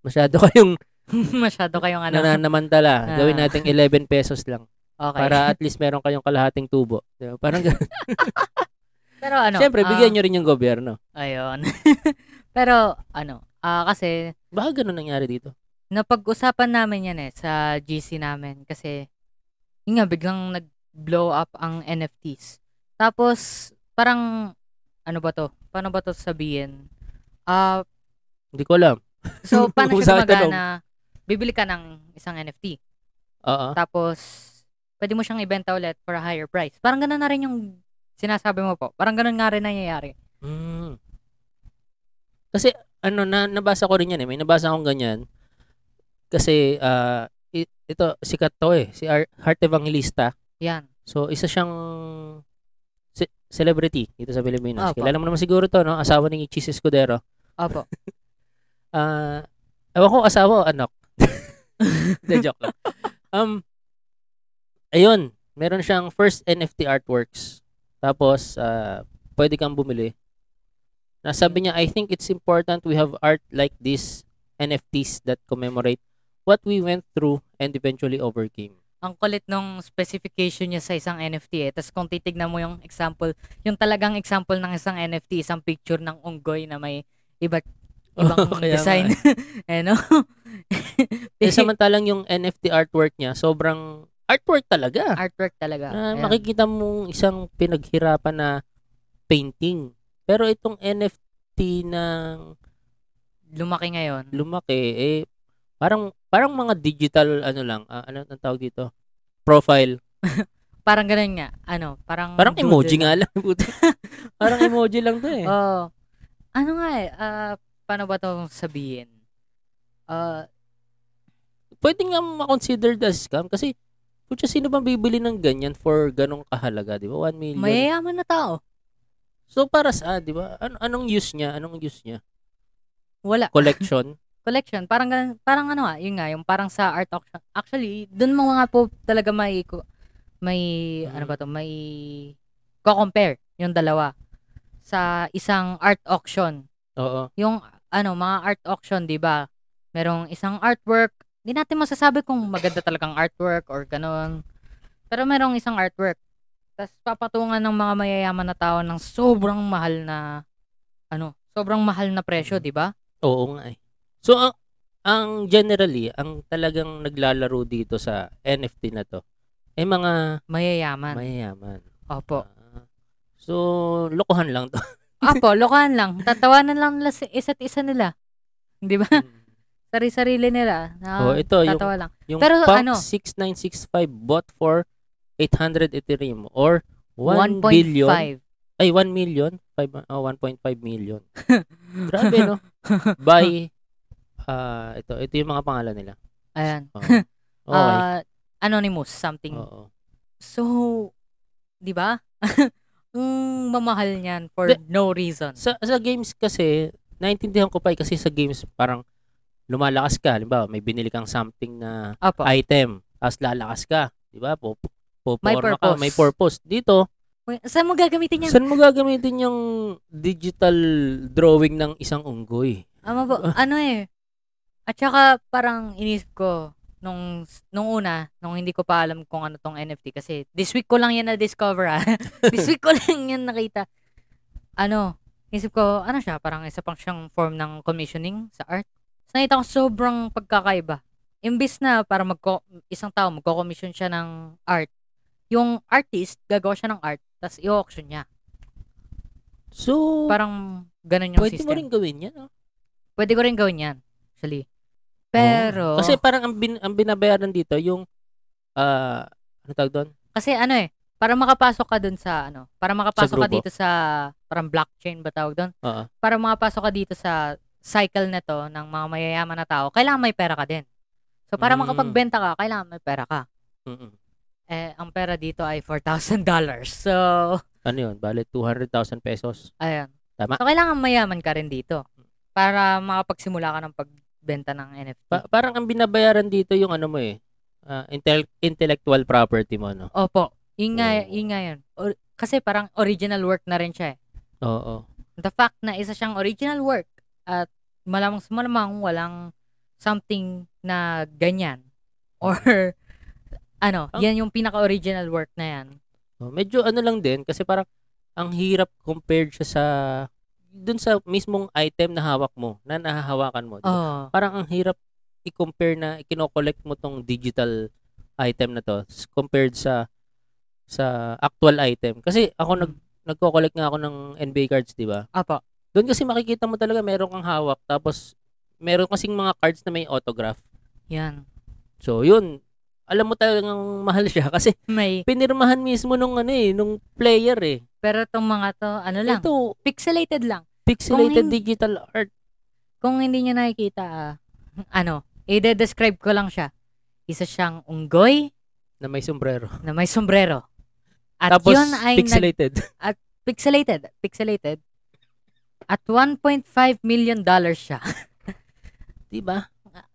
Speaker 2: masyado kayong
Speaker 1: Masyado kayong ano.
Speaker 2: nananamantala.
Speaker 1: Ah.
Speaker 2: Gawin natin 11 pesos lang.
Speaker 1: okay.
Speaker 2: Para at least meron kayong kalahating tubo. Di ba? Parang ganun.
Speaker 1: Pero ano.
Speaker 2: Siyempre, bigyan nyo rin yung gobyerno.
Speaker 1: Ayun. Pero ano. ah, kasi
Speaker 2: Baka ganun nangyari dito.
Speaker 1: napag-usapan namin yan eh sa GC namin. Kasi yun nga, biglang nag-blow up ang NFTs. Tapos parang ano ba to? Paano ba to sabihin? Ah,
Speaker 2: Hindi ko alam.
Speaker 1: so paano
Speaker 2: Kung
Speaker 1: siya
Speaker 2: sa akin, oh.
Speaker 1: gumagana? Bibili ka ng isang NFT.
Speaker 2: Oo.
Speaker 1: Tapos, pwede mo siyang ibenta ulit for a higher price. Parang ganun na rin yung sinasabi mo po. Parang ganun nga rin nangyayari.
Speaker 2: Mm. Kasi, ano, na, nabasa ko rin yan eh. May nabasa akong ganyan. Kasi, ah, i- ito, sikat to eh. Si Ar- Heart Evangelista.
Speaker 1: Yan.
Speaker 2: So, isa siyang ce- celebrity dito sa
Speaker 1: Ah,
Speaker 2: Pilipinas.
Speaker 1: Opo.
Speaker 2: Kilala mo naman siguro to, no? Asawa ni Chis Escudero.
Speaker 1: Opo.
Speaker 2: Ah, ewan ko asawa o anak. Hindi, joke lang. Um, ayun, meron siyang first NFT artworks. Tapos, ah, pwede kang bumili. Nasabi niya, I think it's important we have art like this, NFTs that commemorate what we went through and eventually overcame.
Speaker 1: Ang kulit nung specification niya sa isang NFT eh. Tapos kung titignan mo yung example, yung talagang example ng isang NFT, isang picture ng unggoy na may iba't ibang
Speaker 2: Oo, kaya nga
Speaker 1: design. eh, no?
Speaker 2: Eh, samantalang yung NFT artwork niya, sobrang artwork talaga.
Speaker 1: Artwork talaga.
Speaker 2: Na
Speaker 1: Ah, Ayan.
Speaker 2: Ah, makikita mong isang pinaghirapan na painting. Pero itong NFT ng
Speaker 1: Lumaki ngayon.
Speaker 2: lumaki eh parang parang mga digital ano lang, ah, ano ang tawag dito? Profile.
Speaker 1: Parang ganun nga. Ano? Parang
Speaker 2: Parang
Speaker 1: doodle
Speaker 2: emoji
Speaker 1: lang. Ah.
Speaker 2: nga lang. puta. parang emoji lang 'to eh.
Speaker 1: Oo. ano nga eh, ah, paano ba to sabihin? Ah,
Speaker 2: Pwede nga ma-consider as scam kasi putya sino bang bibili ng ganyan for ganong kahalaga, 'di ba? 1 million.
Speaker 1: mayayaman na tao.
Speaker 2: So para sa, 'di ba? Ano anong use niya? Anong use niya?
Speaker 1: Wala.
Speaker 2: collection.
Speaker 1: collection. Parang ganun- parang ano ah, yun nga, yung parang sa art auction. Actually, doon mo nga po talaga may ko- may
Speaker 2: Mm.
Speaker 1: ano ba to, may ko-compare yung dalawa sa isang art auction.
Speaker 2: Oo.
Speaker 1: Yung ano, mga art auction, 'di ba? Merong isang artwork, di natin masasabi kung maganda talagang artwork or ganun. Pero merong isang artwork. Tapos papatungan ng mga mayayaman na tao ng sobrang mahal na ano, sobrang mahal na presyo,
Speaker 2: Mm.
Speaker 1: 'di ba?
Speaker 2: Oo nga eh. So, ang, ang generally, ang talagang naglalaro dito sa NFT na to, ay mga
Speaker 1: Mayayaman.
Speaker 2: mayayaman.
Speaker 1: Opo.
Speaker 2: Ah. so, lokohan lang to.
Speaker 1: Apo, lokohan lang. Tatawanan lang nila si isa't isa nila. Di ba? Sari-sarili nila. Na,
Speaker 2: Oh, ito, yung-
Speaker 1: tatawa lang.
Speaker 2: Yung
Speaker 1: Pero
Speaker 2: PUMP
Speaker 1: ano?
Speaker 2: 6965 bought for 800 Ethereum or 1
Speaker 1: 1.5.
Speaker 2: billion. Ay, 1 million. Five, oh, 1.5 million. Grabe, no? By, ah ito, ito yung mga pangalan nila.
Speaker 1: Ayan.
Speaker 2: Oo. Oh, Okay.
Speaker 1: Ah, anonymous something.
Speaker 2: Oo.
Speaker 1: So, di ba? Ang mamahal niyan for
Speaker 2: Be-
Speaker 1: no reason.
Speaker 2: Sa, sa games kasi, naiintindihan ko pa eh, kasi sa games parang lumalakas ka. Halimbawa, may binili kang something na
Speaker 1: Apo.
Speaker 2: item, tapos lalakas ka. Di ba? Po, po,
Speaker 1: May
Speaker 2: Ka, may
Speaker 1: purpose.
Speaker 2: purpose. Dito,
Speaker 1: Wait, Saan mo gagamitin yan?
Speaker 2: Saan mo gagamitin yung digital drawing ng isang unggoy?
Speaker 1: Ama ba- ano eh. At saka parang inisip ko nung nung una, nung hindi ko pa alam kung ano tong NFT kasi this week ko lang yan na-discover ah. this week ko lang yan nakita. Ano, inisip ko, ano siya, parang isa pang siyang form ng commissioning sa art. Tapos nakita ko sobrang pagkakaiba. Imbis na para magko, isang tao magko-commission siya ng art, yung artist gagawa siya ng art, tapos i-auction niya.
Speaker 2: So,
Speaker 1: Parang ganun yung
Speaker 2: pwede
Speaker 1: system.
Speaker 2: mo rin gawin yan. Oh.
Speaker 1: Pwede ko rin gawin yan, actually. Pero, kasi,
Speaker 2: Kasi parang ang, bin, ang binabayaran dito, yung, ah, ano tawag doon?
Speaker 1: ano eh, para makapasok ka dun sa, ano, para makapasok ka
Speaker 2: grupo.
Speaker 1: dito sa, parang blockchain ba tawag dun?
Speaker 2: Oo.
Speaker 1: Para makapasok ka dito sa cycle na to ng mga mayayaman na tao, kailangan may pera ka din. So, para
Speaker 2: Mm.
Speaker 1: makapagbenta ka, kailangan may pera ka.
Speaker 2: Mm-mm.
Speaker 1: Eh, ang pera dito ay $4,000. So,
Speaker 2: Ano yun? Bale, 200,000 pesos.
Speaker 1: ayan.
Speaker 2: Tama.
Speaker 1: So, kailangan mayaman ka rin dito para makapagsimula ka ng pagbenta ng NFT.
Speaker 2: Pa- parang ang binabayaran dito yung ano mo eh, ah, intel- intellectual property mo, no?
Speaker 1: Opo. Yun nga,
Speaker 2: Oo.
Speaker 1: yun nga yun. Or- kasi parang original work na rin siya eh.
Speaker 2: Oo.
Speaker 1: the fact na isa siyang original work at malamang sa malamang walang something na ganyan
Speaker 2: Hmm.
Speaker 1: or ano,
Speaker 2: Ang-
Speaker 1: yan yung pinaka-original work na yan.
Speaker 2: Oh, medyo ano lang din, kasi parang ang hirap compared siya sa, dun sa mismong item na hawak mo, na nahahawakan mo. di ba?
Speaker 1: Oh,
Speaker 2: parang ang hirap i-compare na kino-collect mo tong digital item na to s- compared sa sa actual item. Kasi ako nag nagko-collect nga ako ng NBA cards, 'di ba?
Speaker 1: apo.
Speaker 2: Doon kasi makikita mo talaga meron kang hawak tapos meron kasing mga cards na may autograph.
Speaker 1: Yan.
Speaker 2: So, 'yun. Alam mo talagang mahal siya kasi
Speaker 1: May
Speaker 2: pinirmahan mismo nung ano eh, nung player eh.
Speaker 1: pero tong mga to, ano lang,
Speaker 2: Ito,
Speaker 1: pixelated lang.
Speaker 2: pixelated
Speaker 1: hindi-
Speaker 2: digital art.
Speaker 1: Kung hindi nyo nakikita, ah, ano, i-describe ko lang siya. Isa siyang unggoy
Speaker 2: na may sombrero.
Speaker 1: na may sombrero. At
Speaker 2: Tapos
Speaker 1: yun ay nag-
Speaker 2: pixelated.
Speaker 1: pixelated, pixelated. At 1.5 million dollars siya.
Speaker 2: 'Di ba?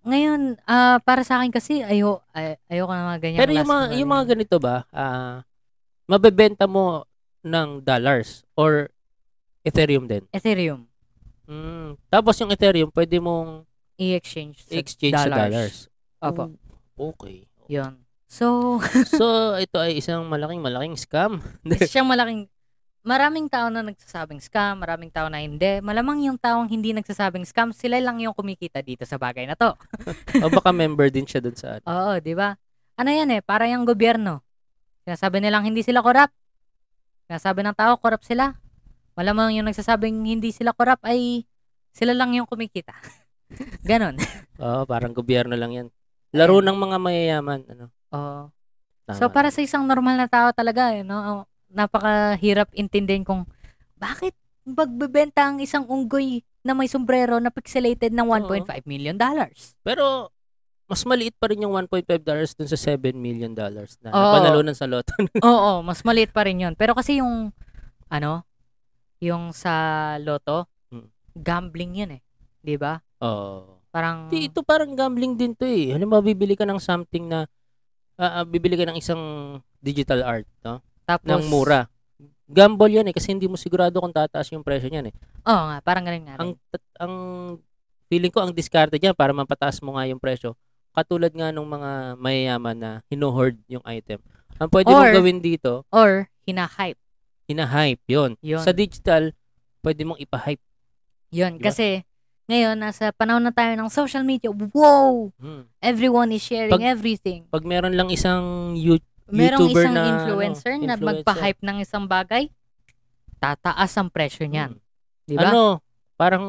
Speaker 1: Ngayon, ah, para sa akin kasi, ayo, ay, ayoko na mga ganyan.
Speaker 2: Pero yung mga, yung mga ganito ba, ah mabebenta mo ng dollars or Ethereum din.
Speaker 1: Ethereum,
Speaker 2: Mm. Tapos yung Ethereum, pwede mong
Speaker 1: i-exchange sa
Speaker 2: exchange
Speaker 1: dollars.
Speaker 2: sa dollars.
Speaker 1: Opo,
Speaker 2: Oh, Okay.
Speaker 1: yun. So,
Speaker 2: so, ito ay isang malaking malaking scam.
Speaker 1: isa siyang malaking, maraming tao na nagsasabing scam, maraming tao na hindi. Malamang yung taong hindi nagsasabing scam, sila lang yung kumikita dito sa bagay na to.
Speaker 2: o baka member din siya dun sa ano.
Speaker 1: Oo, di ba? Ano yan eh, para yung gobyerno. Sinasabi nilang hindi sila korap. Sinasabi ng tao, korap sila. Malamang yung nagsasabing hindi sila korap ay sila lang yung kumikita. Ganon.
Speaker 2: Oo, parang gobyerno lang yan. Laro ng mga mayayaman. Ano,
Speaker 1: Oo.
Speaker 2: tama.
Speaker 1: So para sa isang normal na tao talaga, eh, no? napakahirap intindihin kung bakit magbebenta ang isang unggoy na may sombrero na pixelated ng 1.5 million dollars.
Speaker 2: Pero, mas maliit pa rin yung 1.5 dollars dun sa 7 million dollars na
Speaker 1: Oo.
Speaker 2: napanalunan sa loto.
Speaker 1: Oo, mas maliit pa rin 'yon. Pero kasi yung ano, yung sa loto,
Speaker 2: Mm.
Speaker 1: gambling 'yun eh. 'Di ba?
Speaker 2: Oo.
Speaker 1: Parang
Speaker 2: Di, ito parang gambling din to eh. Halimbawa, bibili ka ng something na, ah, ah, bibili ka ng isang digital art, no?
Speaker 1: tapos
Speaker 2: Ng mura. Gamble yan eh, kasi hindi mo sigurado kung tataas yung presyo niyan eh.
Speaker 1: Oo nga, parang ganun nga.
Speaker 2: Ang,
Speaker 1: rin.
Speaker 2: tat- ang feeling ko, ang diskarte dyan para mapataas mo nga yung presyo, katulad nga nung mga mayayaman na hinohoard yung item. Ang pwede mong
Speaker 1: Or-
Speaker 2: gawin dito,
Speaker 1: Or hina-hype.
Speaker 2: hina-hype, yun.
Speaker 1: 'Yun.
Speaker 2: Sa digital, pwede mong ipa-hype. 'di
Speaker 1: Yun
Speaker 2: ba?
Speaker 1: kasi ngayon nasa panahon na tayo ng social media. Wow!
Speaker 2: Hmm.
Speaker 1: Everyone is sharing
Speaker 2: Pag-
Speaker 1: everything.
Speaker 2: Pag meron lang isang you-
Speaker 1: Merong isang
Speaker 2: YouTuber na, ano,
Speaker 1: influencer na
Speaker 2: influencer.
Speaker 1: magpa-hype ng isang bagay, tataas ang presyo niyan,
Speaker 2: Hmm.
Speaker 1: 'di ba?
Speaker 2: Ano, parang,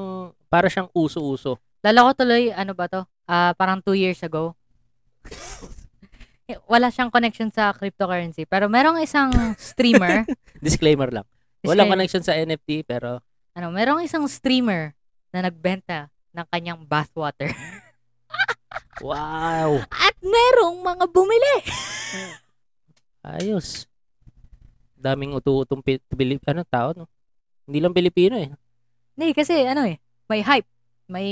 Speaker 2: para siyang uso-uso.
Speaker 1: Lala ko tuloy, ano ba to? Ah, parang two years ago. Eh, Wala siyang connection sa cryptocurrency. Pero merong isang streamer.
Speaker 2: Disclaimer lang. Walang
Speaker 1: Disclaimer.
Speaker 2: connection sa NFT pero
Speaker 1: Ano, merong isang streamer na nagbenta ng kanyang bathwater.
Speaker 2: wow.
Speaker 1: At merong mga bumili.
Speaker 2: Ayos. Daming utu-utong pi- Pilip- ano tao no. Hindi lang Pilipino eh.
Speaker 1: Hindi, kasi ano eh, may hype. May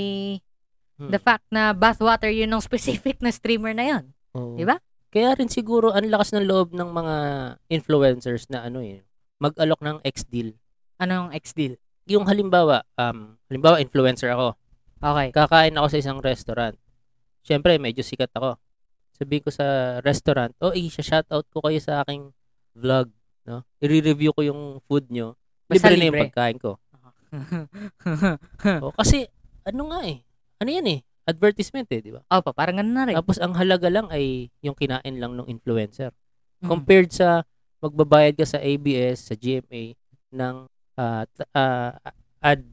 Speaker 2: Hmm.
Speaker 1: the fact na bathwater yun ng specific na streamer na yun.
Speaker 2: Oo.
Speaker 1: Di ba?
Speaker 2: Kaya rin siguro ang lakas ng loob ng mga influencers na ano eh mag-alok ng ex deal.
Speaker 1: Anong ex-deal?
Speaker 2: Yung halimbawa, um, halimbawa influencer ako.
Speaker 1: Okay.
Speaker 2: Kakain ako sa isang restaurant. Siyempre, medyo sikat ako. Sabihin ko sa restaurant, oh, i-shoutout ko kayo sa aking vlog. No? I-review ko yung food nyo.
Speaker 1: Basta
Speaker 2: Libre, na yung
Speaker 1: libre. Hmm.
Speaker 2: pagkain ko. Oh, kasi ano nga eh, ano yan eh, advertisement eh, di ba?
Speaker 1: Opo, parang ganun na rin.
Speaker 2: Tapos ang halaga lang ay yung kinain lang ng influencer.
Speaker 1: Mm.
Speaker 2: Compared sa magbabayad ka sa ABS, sa GMA ng ah, t- ah, ad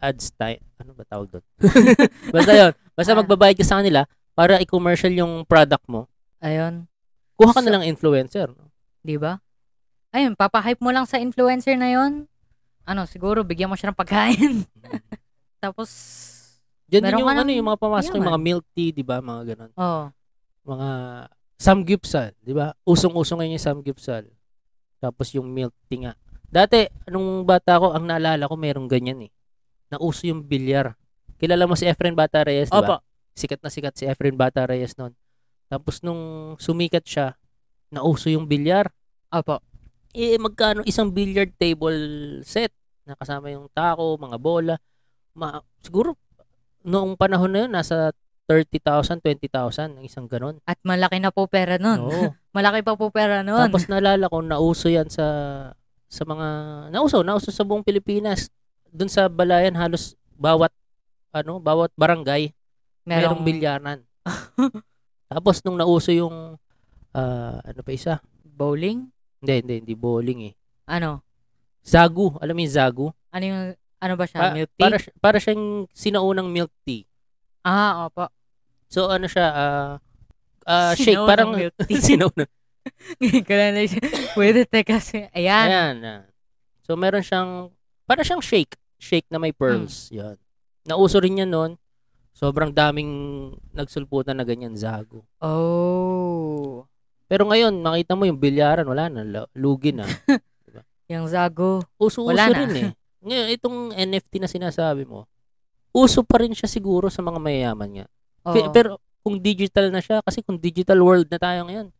Speaker 2: ads time, ano ba tawag doon? basta yun, basta
Speaker 1: Ah.
Speaker 2: magbabayad ka sa kanila para i-commercial yung product mo,
Speaker 1: Ayun.
Speaker 2: kuha
Speaker 1: So-
Speaker 2: ka na lang influencer. no?
Speaker 1: Di ba? Ayun, papahype mo lang sa influencer na yon. Ano, siguro bigyan mo siya ng pagkain. Tapos,
Speaker 2: Diyan din
Speaker 1: Meron
Speaker 2: yung,
Speaker 1: ka ng
Speaker 2: ano, yung mga pamasok, yung
Speaker 1: yaman.
Speaker 2: mga milk tea, di ba? Mga ganun.
Speaker 1: oh,
Speaker 2: mga samgyupsal, 'di ba? Usong-usong ngayon yung samgyupsal. Tapos yung milk tea nga. Dati nung bata ko, ang naalala ko merong ganyan eh. Nauso yung bilyar. Kilala mo si Efren Bata Reyes, 'di ba? Sikat na sikat si Efren Bata Reyes noon. Tapos nung sumikat siya, nauso yung bilyar.
Speaker 1: opo.
Speaker 2: Eh magkano isang billiard table set nakasama yung tako, mga bola. Ma- siguro noong panahon na yun nasa 30,000, 20,000 ang isang ganon.
Speaker 1: At malaki na po pera nun.
Speaker 2: Oo.
Speaker 1: Malaki pa po pera nun.
Speaker 2: Tapos naalala ko, nauso yan sa sa mga, nauso, nauso sa buong Pilipinas. Doon sa Balayan, halos bawat, ano, bawat barangay, merong, bilyaran. Tapos nung nauso yung, ah, ano pa isa?
Speaker 1: Bowling?
Speaker 2: Hindi, hindi, hindi bowling eh.
Speaker 1: Ano?
Speaker 2: Zagu, alam mo yung Zagu?
Speaker 1: Ano yung, ano ba siya?
Speaker 2: Pa-
Speaker 1: milk tea?
Speaker 2: Para, si- para siyang sinaunang milk tea.
Speaker 1: ah, opo.
Speaker 2: So ano siya, ah, ah, shake,
Speaker 1: Sinaw ng
Speaker 2: parang
Speaker 1: milk tea.
Speaker 2: sinaunang.
Speaker 1: Kailan na siya. Pwede teka si- Ayan.
Speaker 2: Ayan. ah. So, meron siyang, para siyang shake. Shake na may
Speaker 1: Hmm.
Speaker 2: pearls. Yan. Nauso rin yan noon. Sobrang daming nagsulputan na ganyan, zago.
Speaker 1: Oh.
Speaker 2: Pero ngayon, makita mo yung bilyaran, wala na, la- lugi na.
Speaker 1: Yung zago.
Speaker 2: Uso-uso
Speaker 1: Wala na.
Speaker 2: rin eh. Ngayon, itong NFT na sinasabi mo, uso pa rin siya siguro sa mga mayayaman nga. Fe-
Speaker 1: Oo.
Speaker 2: Pero kung digital na siya, kasi kung digital world na tayo ngayon,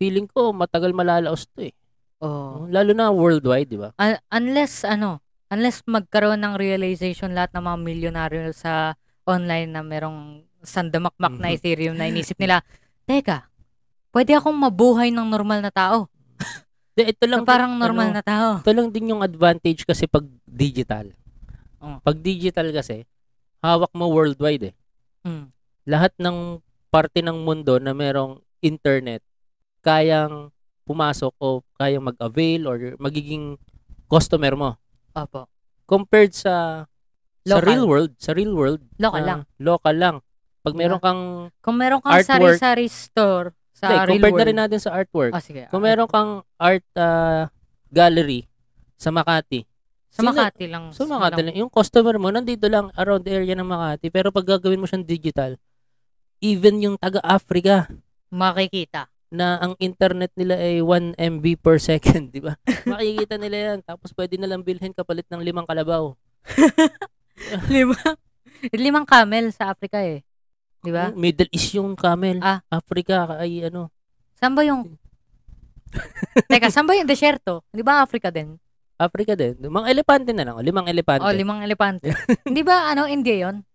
Speaker 2: feeling ko matagal malalaos to eh.
Speaker 1: Oo.
Speaker 2: Lalo na worldwide, di ba?
Speaker 1: Un- unless ano, unless magkaroon ng realization lahat ng mga milyonaryo sa online na merong sandamakmak na
Speaker 2: Mhm.
Speaker 1: Ethereum na inisip nila, teka, pwede akong mabuhay ng normal na tao.
Speaker 2: Di, Ito
Speaker 1: Na
Speaker 2: lang
Speaker 1: parang
Speaker 2: ano,
Speaker 1: normal na tao.
Speaker 2: ito lang din yung advantage kasi pag digital.
Speaker 1: Oo.
Speaker 2: Pag digital kasi, hawak mo worldwide eh.
Speaker 1: Mm.
Speaker 2: Lahat ng parte ng mundo na merong internet, kayang pumasok o kayang mag-avail or magiging customer mo.
Speaker 1: Opo.
Speaker 2: Compared sa,
Speaker 1: Local.
Speaker 2: sa real world, sa real world,
Speaker 1: Local
Speaker 2: na
Speaker 1: lang.
Speaker 2: Local lang. Pag
Speaker 1: Diba?
Speaker 2: meron kang,
Speaker 1: Kung meron kang
Speaker 2: Artwork.
Speaker 1: sari-sari store sa real
Speaker 2: Hindi, compared
Speaker 1: world.
Speaker 2: na rin natin sa artwork.
Speaker 1: Ah, sige.
Speaker 2: Kung meron kang art ah, gallery sa Makati,
Speaker 1: sa
Speaker 2: sino-
Speaker 1: Makati lang.
Speaker 2: So,
Speaker 1: sino
Speaker 2: Makati
Speaker 1: lang.
Speaker 2: lang. Yung customer mo, nandito lang around the area ng Makati. Pero pag gagawin mo siyang digital, even yung taga-Africa
Speaker 1: Makikita.
Speaker 2: na ang internet nila ay 1 MB per second, di ba? Makikita nila yan. Tapos pwede nalang bilhin kapalit ng limang kalabaw.
Speaker 1: Lima. Limang camel sa Africa eh. Di ba?
Speaker 2: Hmm, Middle East yung camel.
Speaker 1: Ah.
Speaker 2: Africa ay ano.
Speaker 1: Saan ba yung... Teka, saan ba yung desierto? Di ba Africa din?
Speaker 2: Africa din. Mga elepante na lang. O, limang elepante.
Speaker 1: O, limang elepante. Hindi ba ano, India yon?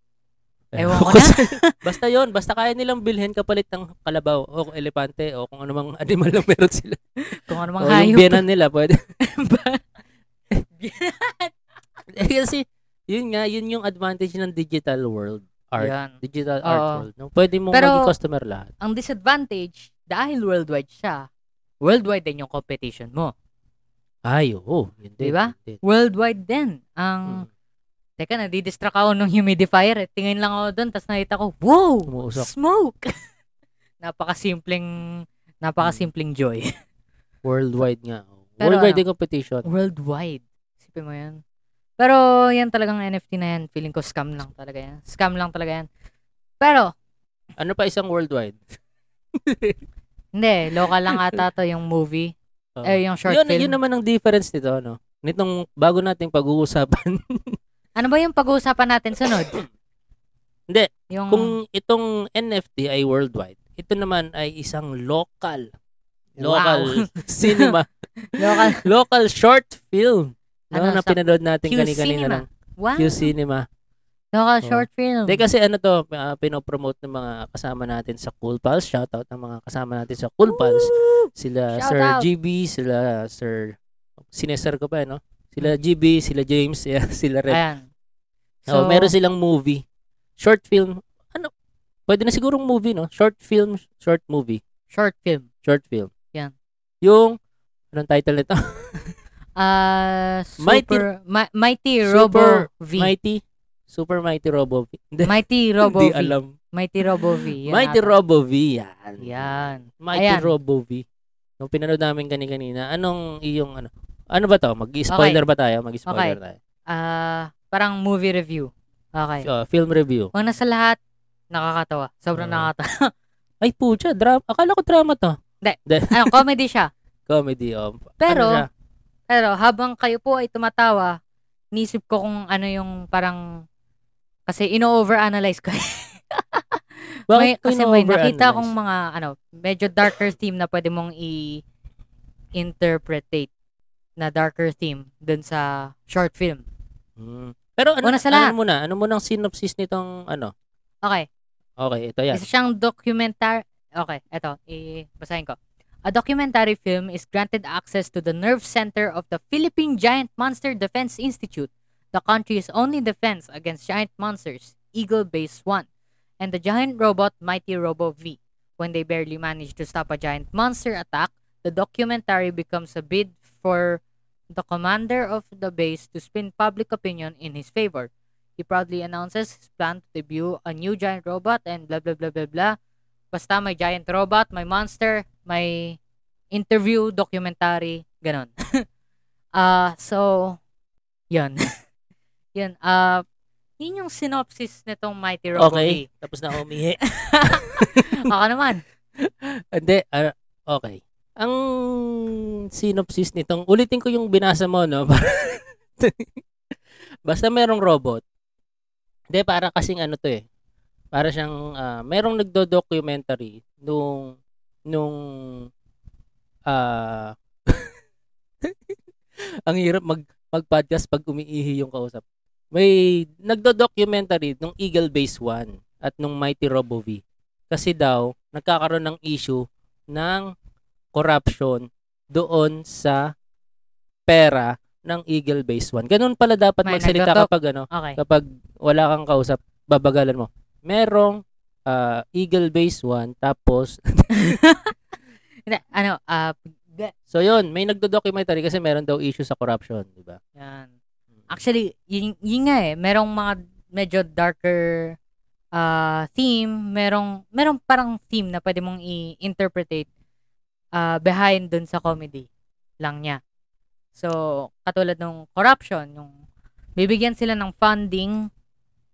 Speaker 1: Ewan ko
Speaker 2: Kung sa- Eh, basta yon Basta kaya nilang bilhin kapalit ng kalabaw o elepante o kung anumang animal na meron sila.
Speaker 1: Kung ano mga
Speaker 2: o yung
Speaker 1: hayop.
Speaker 2: biyanan nila pwede.
Speaker 1: ba?
Speaker 2: Eh, kasi yun nga, yun yung advantage ng digital world. Art.
Speaker 1: Yan.
Speaker 2: Digital
Speaker 1: Oo.
Speaker 2: art world. No? Pwede mong
Speaker 1: Pero-
Speaker 2: maging customer lahat.
Speaker 1: Ang disadvantage, dahil worldwide siya, worldwide din yung competition mo.
Speaker 2: Ay, oo. Yun din,
Speaker 1: Di ba?
Speaker 2: yun din.
Speaker 1: Worldwide din ang...
Speaker 2: Mm.
Speaker 1: Teka, nadidistract ako ng humidifier. Eh. Tingin lang ako doon, tapos nakita ko, wow!
Speaker 2: Umuusok.
Speaker 1: Smoke! napakasimpleng, napakasimpleng joy.
Speaker 2: Worldwide nga.
Speaker 1: Pero
Speaker 2: Worldwide
Speaker 1: ano?
Speaker 2: yung competition.
Speaker 1: Worldwide. Isipin mo yan. Pero yan talagang NFT na yan. Feeling ko scam lang talaga yan. Scam lang talaga yan. Pero,
Speaker 2: Ano pa isang worldwide?
Speaker 1: hindi. Local lang ata to yung movie.
Speaker 2: Oo.
Speaker 1: Eh, yung short
Speaker 2: yun,
Speaker 1: film.
Speaker 2: yun naman ang difference nito, ano? Nitong bago nating pag-uusapan.
Speaker 1: Ano ba yung pag-uusapan natin sunod?
Speaker 2: Hindi.
Speaker 1: Yung,
Speaker 2: Kung itong NFT ay worldwide, ito naman ay isang local.
Speaker 1: Wow.
Speaker 2: Local cinema.
Speaker 1: local.
Speaker 2: local short film. No,
Speaker 1: Ano, sa
Speaker 2: na pinanood natin
Speaker 1: Q
Speaker 2: kani-kanina
Speaker 1: Cinema.
Speaker 2: lang.
Speaker 1: Wow.
Speaker 2: Q Cinema.
Speaker 1: Local
Speaker 2: Oo.
Speaker 1: short film.
Speaker 2: Hindi kasi ano to, ah, pinopromote ng mga kasama natin sa Cool Pals. Shoutout ng mga kasama natin sa Cool Pals.
Speaker 1: Woo!
Speaker 2: Sila
Speaker 1: Shout
Speaker 2: Sir
Speaker 1: out.
Speaker 2: GB, sila Sir Sinesar ko pa eh, no? Sila GB, sila James, yeah, sila Red.
Speaker 1: Mm. Ayan.
Speaker 2: So, Oh, meron silang movie. Short film. Ano? Pwede na sigurong movie, no? Short film, short movie.
Speaker 1: short film.
Speaker 2: Short film.
Speaker 1: Yan.
Speaker 2: Yung, anong title nito?
Speaker 1: Ah,
Speaker 2: Mighty-
Speaker 1: super, Ma- Mighty
Speaker 2: Super
Speaker 1: Robo V.
Speaker 2: Mighty. Super Mighty Robo V. Hindi,
Speaker 1: Mighty Robo
Speaker 2: hindi
Speaker 1: V.
Speaker 2: alam.
Speaker 1: Mighty Robo V. Yan
Speaker 2: Mighty
Speaker 1: ata.
Speaker 2: Robo V, yan.
Speaker 1: Yan.
Speaker 2: Mighty
Speaker 1: Ayan.
Speaker 2: Robo V. Nung pinanood namin kani-kanina, anong iyong ano? Ano ba to? Mag-spoiler ba tayo? Mag-spoiler tayo.
Speaker 1: Ah, parang movie review. Okay.
Speaker 2: Oh, film review.
Speaker 1: Una sa lahat, nakakatawa. Sobrang
Speaker 2: Oo.
Speaker 1: nakakatawa.
Speaker 2: Ay, pucha, drama. Akala ko drama to.
Speaker 1: ano, comedy siya.
Speaker 2: Comedy. Oh.
Speaker 1: Pero,
Speaker 2: ano siya?
Speaker 1: Pero habang kayo po ay tumatawa, nisip ko kung ano yung parang kasi ino-overanalyze ko.
Speaker 2: Bakit
Speaker 1: may,
Speaker 2: ko
Speaker 1: kasi may
Speaker 2: ino-overanalyze?
Speaker 1: nakita akong mga ano, medyo darker theme na pwede mong i interpretate na darker theme dun sa short film.
Speaker 2: Mm. Pero ano,
Speaker 1: Una sa
Speaker 2: ano
Speaker 1: lahat.
Speaker 2: muna? Ano muna ang synopsis nitong ano?
Speaker 1: Okay.
Speaker 2: Okay, ito yan.
Speaker 1: Isa siyang documentary. Okay, eto. I-basahin ko. A documentary film is granted access to the nerve center of the Philippine Giant Monster Defense Institute, the country's only defense against giant monsters, Eagle Base 1, and the giant robot Mighty Robo V. When they barely manage to stop a giant monster attack, the documentary becomes a bid for the commander of the base to spin public opinion in his favor. He proudly announces his plan to debut a new giant robot and blah blah blah blah blah. Basta may giant robot, may monster, may interview, documentary, ganon. Ah, so, yun. yun, ah, yun yung synopsis nitong Mighty Robo
Speaker 2: Okay.
Speaker 1: V.
Speaker 2: Tapos na ako umihi.
Speaker 1: Ako naman.
Speaker 2: Hindi, ah, okay. Ang synopsis nitong, ulitin ko yung binasa mo, no? Basta merong robot. Hindi, para kasing ano to eh. Para siyang, ah, merong nagdo-documentary nung, nung, ah, ang hirap mag, mag-podcast pag umiihi yung kausap. May nagdo-documentary nung Eagle Base 1 at nung Mighty Robo V kasi daw nagkakaroon ng issue ng corruption doon sa pera ng Eagle Base 1. Ganun pala dapat
Speaker 1: May
Speaker 2: magsalita
Speaker 1: nagdodoc-
Speaker 2: kapag ano,
Speaker 1: Okay.
Speaker 2: kapag wala kang kausap, babagalan mo. Merong ah, Eagle Base 1 tapos
Speaker 1: Hindi, ano, ah, de-
Speaker 2: so yun, may nagdo-documentary kasi meron daw issue sa corruption, di ba?
Speaker 1: yan. Actually, yun, yun nga eh, merong mga medyo darker ah, theme, merong, merong parang theme na pwede mong i-interpretate ah, behind dun sa comedy lang niya. So, katulad nung corruption, yung bibigyan sila ng funding,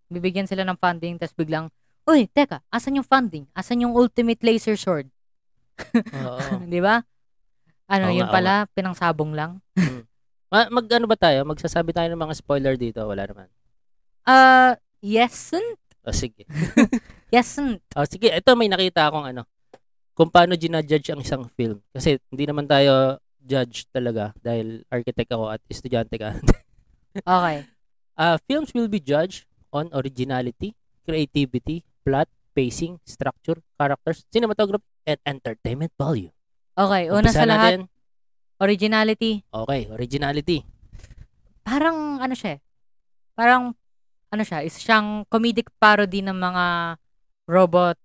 Speaker 1: bibigyan sila ng funding, tapos biglang, Uy, teka, asan yung funding? Asan yung ultimate laser sword?
Speaker 2: Oo.
Speaker 1: Di ba? Ano,
Speaker 2: Oo
Speaker 1: yun
Speaker 2: nga, oo
Speaker 1: pala, pinangsabong lang.
Speaker 2: Hmm. Ma- mag ano ba tayo? Magsasabi tayo ng mga spoiler dito, wala naman.
Speaker 1: Ah, Yesn't?
Speaker 2: O sige.
Speaker 1: Yesn't.
Speaker 2: O sige, ito may nakita akong ano. Kung paano ginajudge ang isang film. Kasi hindi naman tayo judge talaga dahil architect ako at estudyante ka.
Speaker 1: Okay.
Speaker 2: Uh, films will be judged on originality, creativity, plot, pacing, structure, characters, cinematography, and entertainment value.
Speaker 1: Okay, una
Speaker 2: Umpisa
Speaker 1: sa lahat,
Speaker 2: natin.
Speaker 1: originality.
Speaker 2: Okay, originality.
Speaker 1: Parang ano siya eh. Parang ano siya, is siyang comedic parody ng mga robot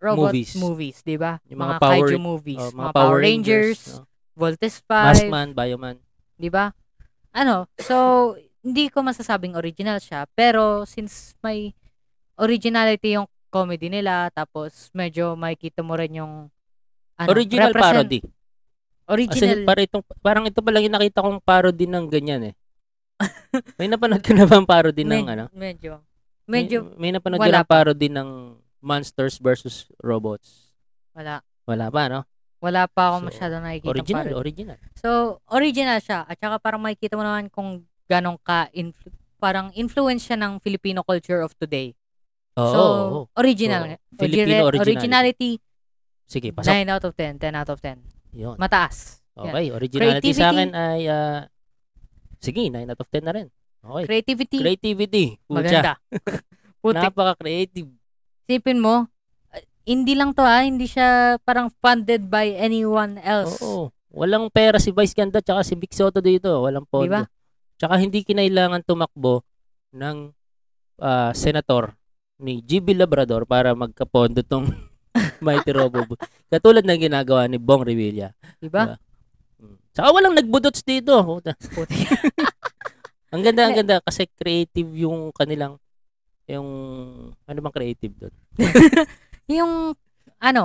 Speaker 1: robot
Speaker 2: Movies.
Speaker 1: movies, di ba?
Speaker 2: Yung Oh, mga Power-
Speaker 1: kaiju movies,
Speaker 2: O,
Speaker 1: mga, Power Rangers,
Speaker 2: no?
Speaker 1: Voltes 5,
Speaker 2: Maskman, Bioman.
Speaker 1: di ba? Ano, so hindi ko masasabing original siya, pero since may originality yung comedy nila, tapos medyo makikita mo rin yung ano,
Speaker 2: Original
Speaker 1: represent-
Speaker 2: parody. Kasi
Speaker 1: Original.
Speaker 2: para itong, parang ito pa lang yung nakita kong parody ng ganyan eh. may napanood ka na ba ang parody ng
Speaker 1: med-
Speaker 2: ano? Mm.
Speaker 1: Medyo.
Speaker 2: May-
Speaker 1: Medyo,
Speaker 2: may, napanood ka
Speaker 1: wala
Speaker 2: na parody ng Monsters versus Robots.
Speaker 1: wala.
Speaker 2: Wala pa, no?
Speaker 1: Wala pa ako
Speaker 2: So,
Speaker 1: masyado nakikita.
Speaker 2: Original,
Speaker 1: parody.
Speaker 2: original.
Speaker 1: So, original siya. At saka parang makikita mo naman kung ganong ka, influ- parang influence siya ng Filipino culture of today.
Speaker 2: Oo.
Speaker 1: so,
Speaker 2: oo.
Speaker 1: original.
Speaker 2: Oo. Oh, Filipino
Speaker 1: Origina-
Speaker 2: originality.
Speaker 1: originality.
Speaker 2: Sige, pasok.
Speaker 1: 9 out of 10. 10 out of 10.
Speaker 2: Yun.
Speaker 1: Mataas. Yan.
Speaker 2: Okay, originality sa
Speaker 1: Creativity.
Speaker 2: akin ay ah, sige, 9 out of 10 na rin. Okay.
Speaker 1: Creativity.
Speaker 2: Creativity. Pucha,
Speaker 1: maganda. Putik.
Speaker 2: Napaka-creative.
Speaker 1: Isipin mo, uh, hindi lang to ah, hindi siya parang funded by anyone else.
Speaker 2: Oo. Walang pera si Vice Ganda tsaka si Vic Soto dito. Walang pondo.
Speaker 1: Diba?
Speaker 2: Tsaka hindi kinailangan tumakbo ng ah, senator ni GB Labrador para magkapondo tong Mighty Robo. Bo- Katulad ng ginagawa ni Bong Revilla.
Speaker 1: Diba?
Speaker 2: Mm. Tsaka walang nagbudots dito. Puta.
Speaker 1: Putik.
Speaker 2: Ang ganda, ang ganda kasi creative yung kanilang yung ano bang creative doon?
Speaker 1: yung ano,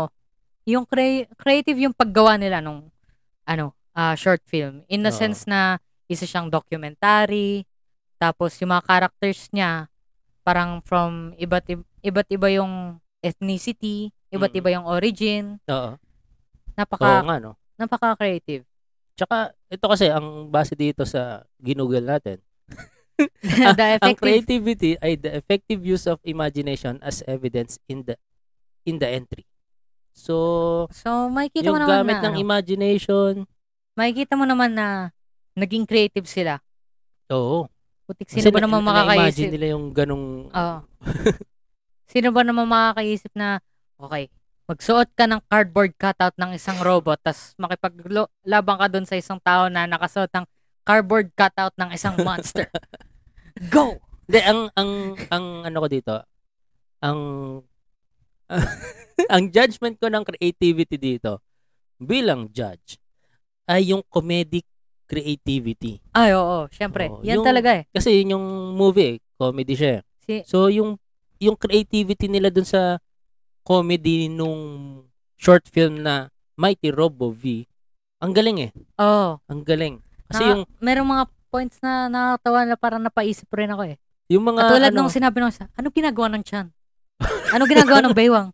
Speaker 1: yung crea- creative yung paggawa nila nung ano, ah, short film. In the
Speaker 2: Oo.
Speaker 1: sense na isa siyang documentary, tapos yung mga characters niya parang from iba't ib- iba't iba yung ethnicity, iba't
Speaker 2: Mm.
Speaker 1: iba yung origin,
Speaker 2: Oo. Oo
Speaker 1: napaka
Speaker 2: nga no.
Speaker 1: napaka-creative.
Speaker 2: Tsaka ito kasi ang base dito sa ginugol natin.
Speaker 1: the
Speaker 2: Ang
Speaker 1: effective
Speaker 2: creativity ay the effective use of imagination as evidence in the in the entry. So,
Speaker 1: So, makikita mo
Speaker 2: yung
Speaker 1: naman
Speaker 2: gamit
Speaker 1: na,
Speaker 2: ng
Speaker 1: ano,
Speaker 2: imagination,
Speaker 1: makikita mo naman na naging creative sila.
Speaker 2: oo.
Speaker 1: Putik, sino ba
Speaker 2: na-
Speaker 1: naman
Speaker 2: na- na-imagine
Speaker 1: makakaisip?
Speaker 2: nila yung ganong
Speaker 1: Oo. Sino ba naman makakaisip na, okay, magsuot ka ng cardboard cutout ng isang robot tas makipaglabang ka doon sa isang tao na nakasuot ng cardboard cutout ng isang monster. Go!
Speaker 2: Hindi, ang, ang, ang ano ko dito, ang, ang judgment ko ng creativity dito, bilang judge, ay yung comedic creativity.
Speaker 1: Ay, oo, syempre.
Speaker 2: Oo,
Speaker 1: yan
Speaker 2: yung-
Speaker 1: talaga eh.
Speaker 2: Kasi yun yung movie, eh, comedy siya. eh.
Speaker 1: Si,
Speaker 2: So, yung, yung creativity nila dun sa comedy nung short film na Mighty Robo V, ang galing eh.
Speaker 1: oh,
Speaker 2: Ang galing. Kasi
Speaker 1: Naka-
Speaker 2: yung,
Speaker 1: merong mga points na nakakatawa na parang napaisip rin ako eh.
Speaker 2: yung mga,
Speaker 1: Katulad
Speaker 2: ano,
Speaker 1: nung sinabi nung isa, ano ginagawa ng Chan? Ano ginagawa ng Bewang?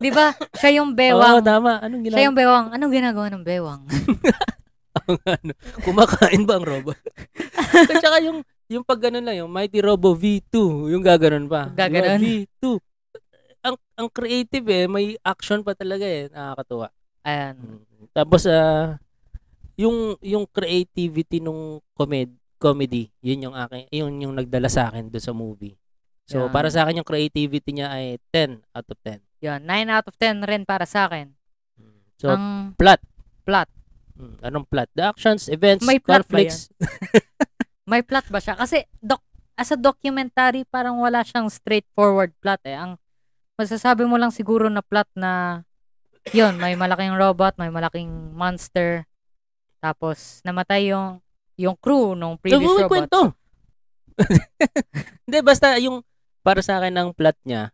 Speaker 1: Di ba? Siya yung
Speaker 2: Oo,
Speaker 1: Bewang.
Speaker 2: tama. Anong
Speaker 1: siya
Speaker 2: ginagawa?
Speaker 1: yung Bewang. Anong ginagawa ng Bewang?
Speaker 2: ano, kumakain ba ang robot? At saka yung, yung pag ganun lang, yung Mighty Robo V2, yung gaganon pa.
Speaker 1: Gaganon.
Speaker 2: Di ba? V2. Ang, ang creative eh, may action pa talaga eh, nakakatuwa.
Speaker 1: Ayan.
Speaker 2: Hmm. Tapos, ah, yung, yung creativity nung comed, comedy, yun yung, akin, yun yung nagdala sa akin doon sa movie. So,
Speaker 1: Yan.
Speaker 2: para sa akin, yung creativity niya ay 10 out of 10.
Speaker 1: Yun, 9 out of 10 rin para sa akin.
Speaker 2: So,
Speaker 1: Ang
Speaker 2: plot.
Speaker 1: plot.
Speaker 2: Mm, Anong plot? The actions, events,
Speaker 1: May plot ba
Speaker 2: conflicts.
Speaker 1: may plot ba siya? Kasi doc as a documentary parang wala siyang straightforward plot eh. Ang masasabi mo lang siguro na plot na yun, may malaking robot, may malaking monster. Tapos namatay yung yung crew nung previous
Speaker 2: Yung
Speaker 1: robot.
Speaker 2: kwento. Hindi, basta yung para sa akin ng plot niya,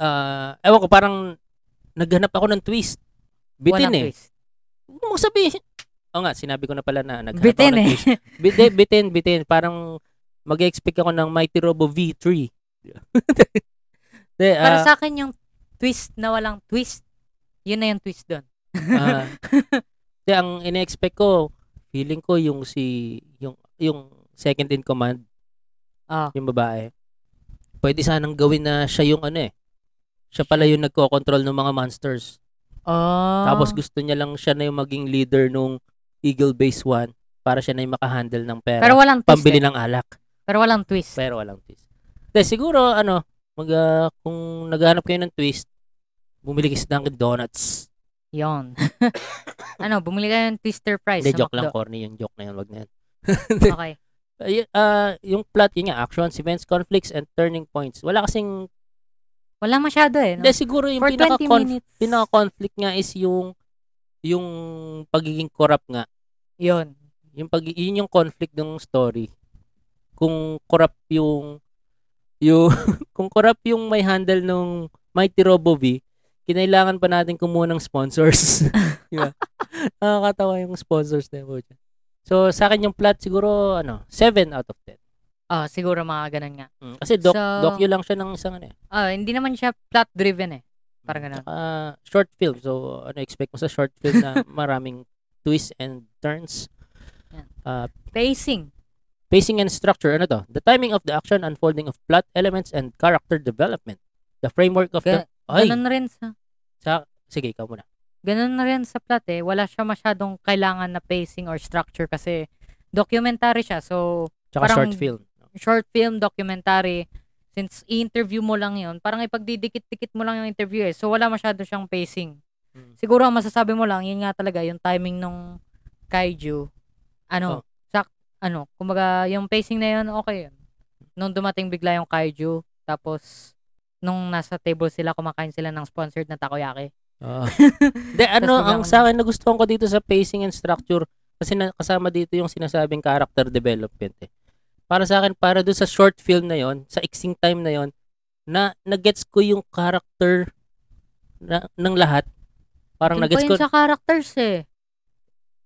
Speaker 2: ah, ewan ko, parang naghanap ako ng twist. Bitin
Speaker 1: Walang
Speaker 2: eh.
Speaker 1: twist.
Speaker 2: Huwag mong sabihin. O nga, sinabi ko na pala na naghanap
Speaker 1: Bitin
Speaker 2: ako ng
Speaker 1: eh.
Speaker 2: twist. Bitin, bitin, bitin. Parang mag-expect ako ng Mighty Robo V3. De,
Speaker 1: para sa akin yung twist na walang twist, yun na yung twist doon.
Speaker 2: Ah. Kasi ang ina-expect ko, feeling ko yung si yung yung second in command,
Speaker 1: Ah.
Speaker 2: yung babae. Pwede sanang gawin na siya yung ano eh. Siya pala yung nagko-control ng mga monsters.
Speaker 1: Oh.
Speaker 2: Tapos gusto niya lang siya na yung maging leader nung Eagle Base 1 para siya na yung makahandle ng pera.
Speaker 1: Pero walang twist.
Speaker 2: pambili
Speaker 1: eh.
Speaker 2: ng alak.
Speaker 1: Pero walang twist.
Speaker 2: Pero walang twist. Then siguro ano, mag ah, kung naghahanap kayo ng twist, bumili kayo sa Dunkin Donuts.
Speaker 1: Yon. ano, bumili ka ng twister fries.
Speaker 2: Hindi
Speaker 1: sa
Speaker 2: joke lang
Speaker 1: McDo.
Speaker 2: corny yung joke na yun, wag na yun.
Speaker 1: Okay.
Speaker 2: Ay- ah, yung plot yun nga, actions, events, conflicts and turning points. Wala kasing
Speaker 1: Walang masyado eh. No?
Speaker 2: hindi siguro yung
Speaker 1: For 20
Speaker 2: pinaka
Speaker 1: minutes.
Speaker 2: pinaka-conflict nga is yung yung pagiging corrupt nga.
Speaker 1: Yun.
Speaker 2: Yung pag yun yung conflict ng story. Kung corrupt yung yung kung corrupt yung may handle nung Mighty Robo V, kinailangan pa natin kumuha ng sponsors. Di ba? Nakakatawa yung sponsors na yun. So, sa akin yung plot siguro, ano, 7 out of 10.
Speaker 1: Ah, siguro mga ganun nga.
Speaker 2: Mm, Kasi doc,
Speaker 1: So-
Speaker 2: docu lang siya ng isang ano eh.
Speaker 1: Ah, hindi naman siya plot driven eh. Parang ganun.
Speaker 2: Tsaka, ah, short film. So, ano expect mo sa short film na maraming twists and turns?
Speaker 1: Yan.
Speaker 2: Uh,
Speaker 1: Pacing.
Speaker 2: pacing and structure, ano to? The timing of the action, unfolding of plot elements, and character development. The framework of the...
Speaker 1: Ga-
Speaker 2: Ay!
Speaker 1: Ganun na rin sa
Speaker 2: Sa, sige, ikaw muna.
Speaker 1: ganun na rin sa plot eh. Wala siya masyadong kailangan na pacing or structure kasi documentary siya. So,
Speaker 2: Tsaka
Speaker 1: Parang-
Speaker 2: short film.
Speaker 1: short film, documentary, since i-interview mo lang yun, parang ipagdidikit-dikit mo lang yung interview eh. So, wala masyado siyang pacing.
Speaker 2: Mm.
Speaker 1: Siguro, ang masasabi mo lang, yun nga talaga, yung timing nung kaiju, ano,
Speaker 2: Oh.
Speaker 1: sak, ano, kumbaga, yung pacing na yun, okay yun. Nung dumating bigla yung kaiju, tapos, nung nasa table sila, kumakain sila ng sponsored na takoyaki.
Speaker 2: Oo. De, ano,
Speaker 1: bigla
Speaker 2: ang
Speaker 1: ko
Speaker 2: sa akin nagustuhan ko dito sa pacing and structure, kasi na, kasama dito yung sinasabing character development eh. Para sa akin, para doon sa short film na yon sa iksing time na yon na nagets ko yung character na, ng lahat. Parang
Speaker 1: Yun pa
Speaker 2: nagets ko,
Speaker 1: yun sa characters eh.